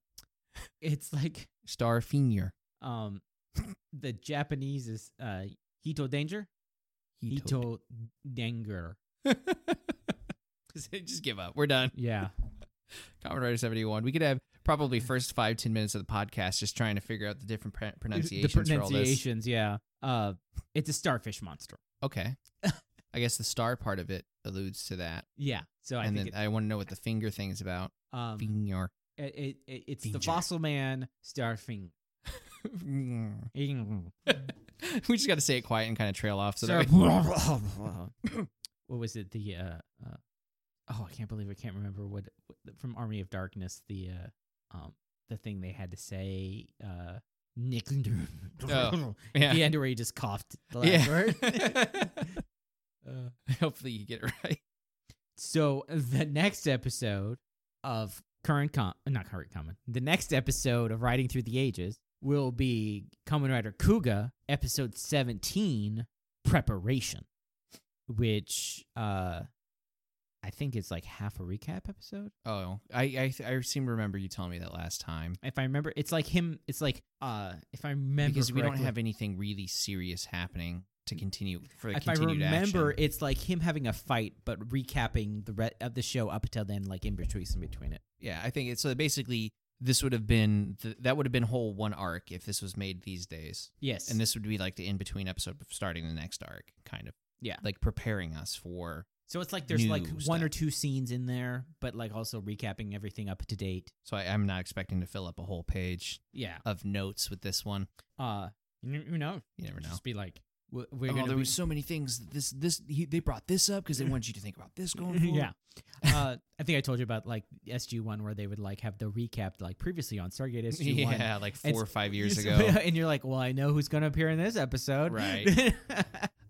it's like star finger, um the Japanese is uh Hito Danger. Hito Danger. Just give up. We're done. Yeah. Common Rider seventy one. We could have probably first five ten minutes of the podcast just trying to figure out the different pr- pronunciations, the for all this. pronunciations, yeah. Uh, it's a starfish monster. Okay, I guess the star part of it alludes to that. Yeah. So I and then think I want to know what the finger thing is about. it, um, Finger. it, it, it- it's the Finger. fossil man starfing. we just got to say it quiet and kind of trail off. So that we- what was it? The uh, uh, oh, I can't believe I can't remember what what- from Army of Darkness the uh, um, the thing they had to say. Uh, Nick, Oh, yeah. the end where he just coughed the last Yeah. word. uh, Hopefully you get it right. So the next episode of current com not current common the next episode of Riding Through the Ages will be Common Rider Kuga episode seventeen preparation, which uh I think is like half a recap episode. Oh, I I, th- I seem to remember you telling me that last time If I remember, it's like him. It's like uh if I remember because we don't correctly- have anything really serious happening to continue for the if I continued remember, action. it's like him having a fight, but recapping the re- of the show up until then, like in between, in between it. Yeah, I think it's so. Basically, this would have been th- that would have been whole one arc if this was made these days, Yes, and this would be like the in between episode of starting the next arc, kind of. Yeah. like preparing us for. so it's like there's like new one or stuff. two scenes in there, but like also recapping everything up to date. So I, I'm not expecting to fill up a whole page Yeah, of notes with this one. uh, you, n- you know, You never know. just be like, we- we're Oh, gonna there be- was so many things. that This this he, they brought this up because they wanted you to think about this going forward. yeah. uh, I think I told you about like SG one where they would like have the recap like previously on Stargate SG one. yeah, like four It's- or five years Yes, ago. and you're like, well, I know who's going to appear in this episode, Right.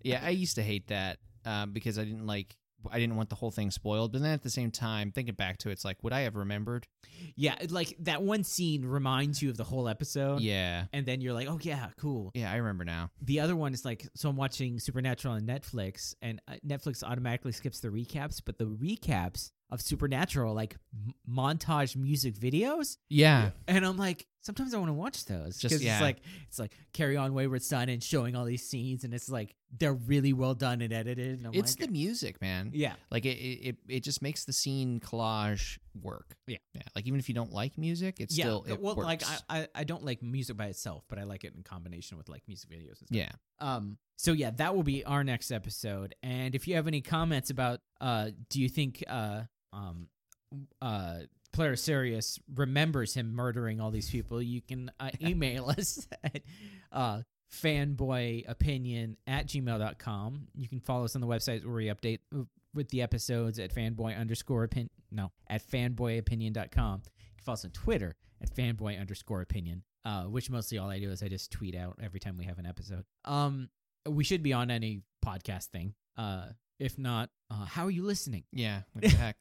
Yeah, I used to hate that um, because I didn't like I didn't want the whole thing spoiled. But then at the same time, thinking back to it, it's like, would I have remembered? yeah, it- like that one scene reminds you of the whole episode. Yeah, And then you're like, oh yeah, cool. yeah, I remember now. The other one is like, so I'm watching Supernatural on Netflix, and uh, Netflix automatically skips the recaps, but the recaps of Supernatural are like m- montage music videos, Yeah, and I'm like, sometimes I want to watch those Just- 'cause yeah. it's like it's like Carry On Wayward Son and showing all these scenes, and it's like they're really well done and edited. And I'm it's like, the music, man. yeah, Like it, it, it- it just makes the scene collage work. Yeah. yeah. Like even if you don't like music, it's still c- it well, works. like I, I, I don't like music by itself, but I like it in combination with like music videos and stuff. yeah, Um. So yeah, that will be our next episode. And if you have any comments about, uh, do you think, uh, um, uh. Player Sirius remembers him murdering all these people. You can uh, email us at uh, fanboyopinion at gmail.com. You can follow us on the website where we update uh, with the episodes at fanboy underscore opinion. No, at fanboyopinion.com. You can follow us on Twitter at fanboy underscore opinion, uh, which mostly all I do is I just tweet out every time we have an episode. Um, we should be on any podcast thing. Uh, if not, uh, how are you listening? yeah. What the heck?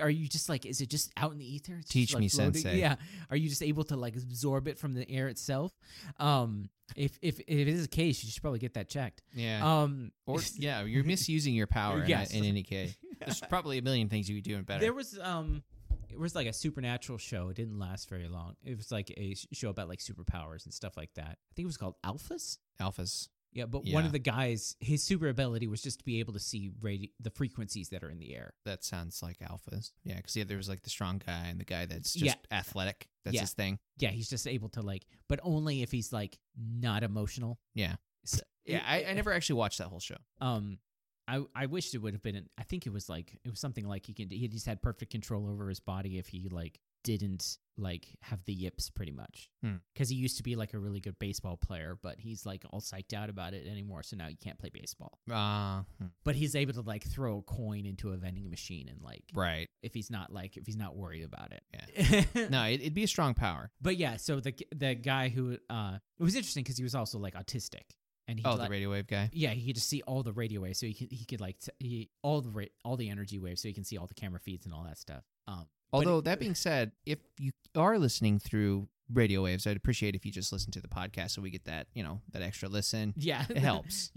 Are you just like, is it just out in the ether? It's just, Teach like, me, floating? sensei. Yeah. Are you just able to like absorb it from the air itself? Um, if if if it is the case, you should probably get that checked. Yeah, Um, or yeah, you're misusing your power. Yes. In, in any case, there's probably a million things you could do and better. There was um, it was like a supernatural show. It didn't last very long. It was like a sh- show about like superpowers and stuff like that. I think it was called Alphas. Alphas. Yeah, but one Yeah. of the guys, his super ability was just to be able to see radi- the frequencies that are in the air. That sounds like alphas. Yeah, because yeah, there was like the strong guy and the guy that's just Yeah. athletic. That's Yeah. his thing. Yeah, he's just able to like, but only if he's like not emotional. Yeah. So- Yeah, I, I never actually watched that whole show. Um, I I wished it would have been. an- I think it was like it was something like he can he just had perfect control over his body if he like didn't like have the yips pretty much Hmm. because he used to be like a really good baseball player, but he's like all psyched out about it anymore. So now he can't play baseball, Uh, hmm, but he's able to like throw a coin into a vending machine and like right. if he's not like if he's not worried about it. No, it, it'd be a strong power. But yeah, so the the guy who uh it was interesting because he was also like autistic and he Oh, like, the radio wave guy. yeah he could just see all the radio waves so he could he could like t- he all the ra- all the energy waves so he can see all the camera feeds and all that stuff. Um, but Although it- that being said, if you are listening through radio waves, I'd appreciate if you just listen to the podcast so we get that you know that extra listen. yeah, It helps.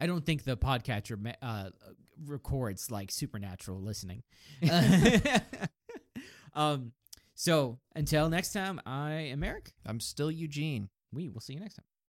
I don't think the podcatcher ma- uh, records like supernatural listening. um, so until next time, I am Eric. I'm still Eugene. We will see you next time.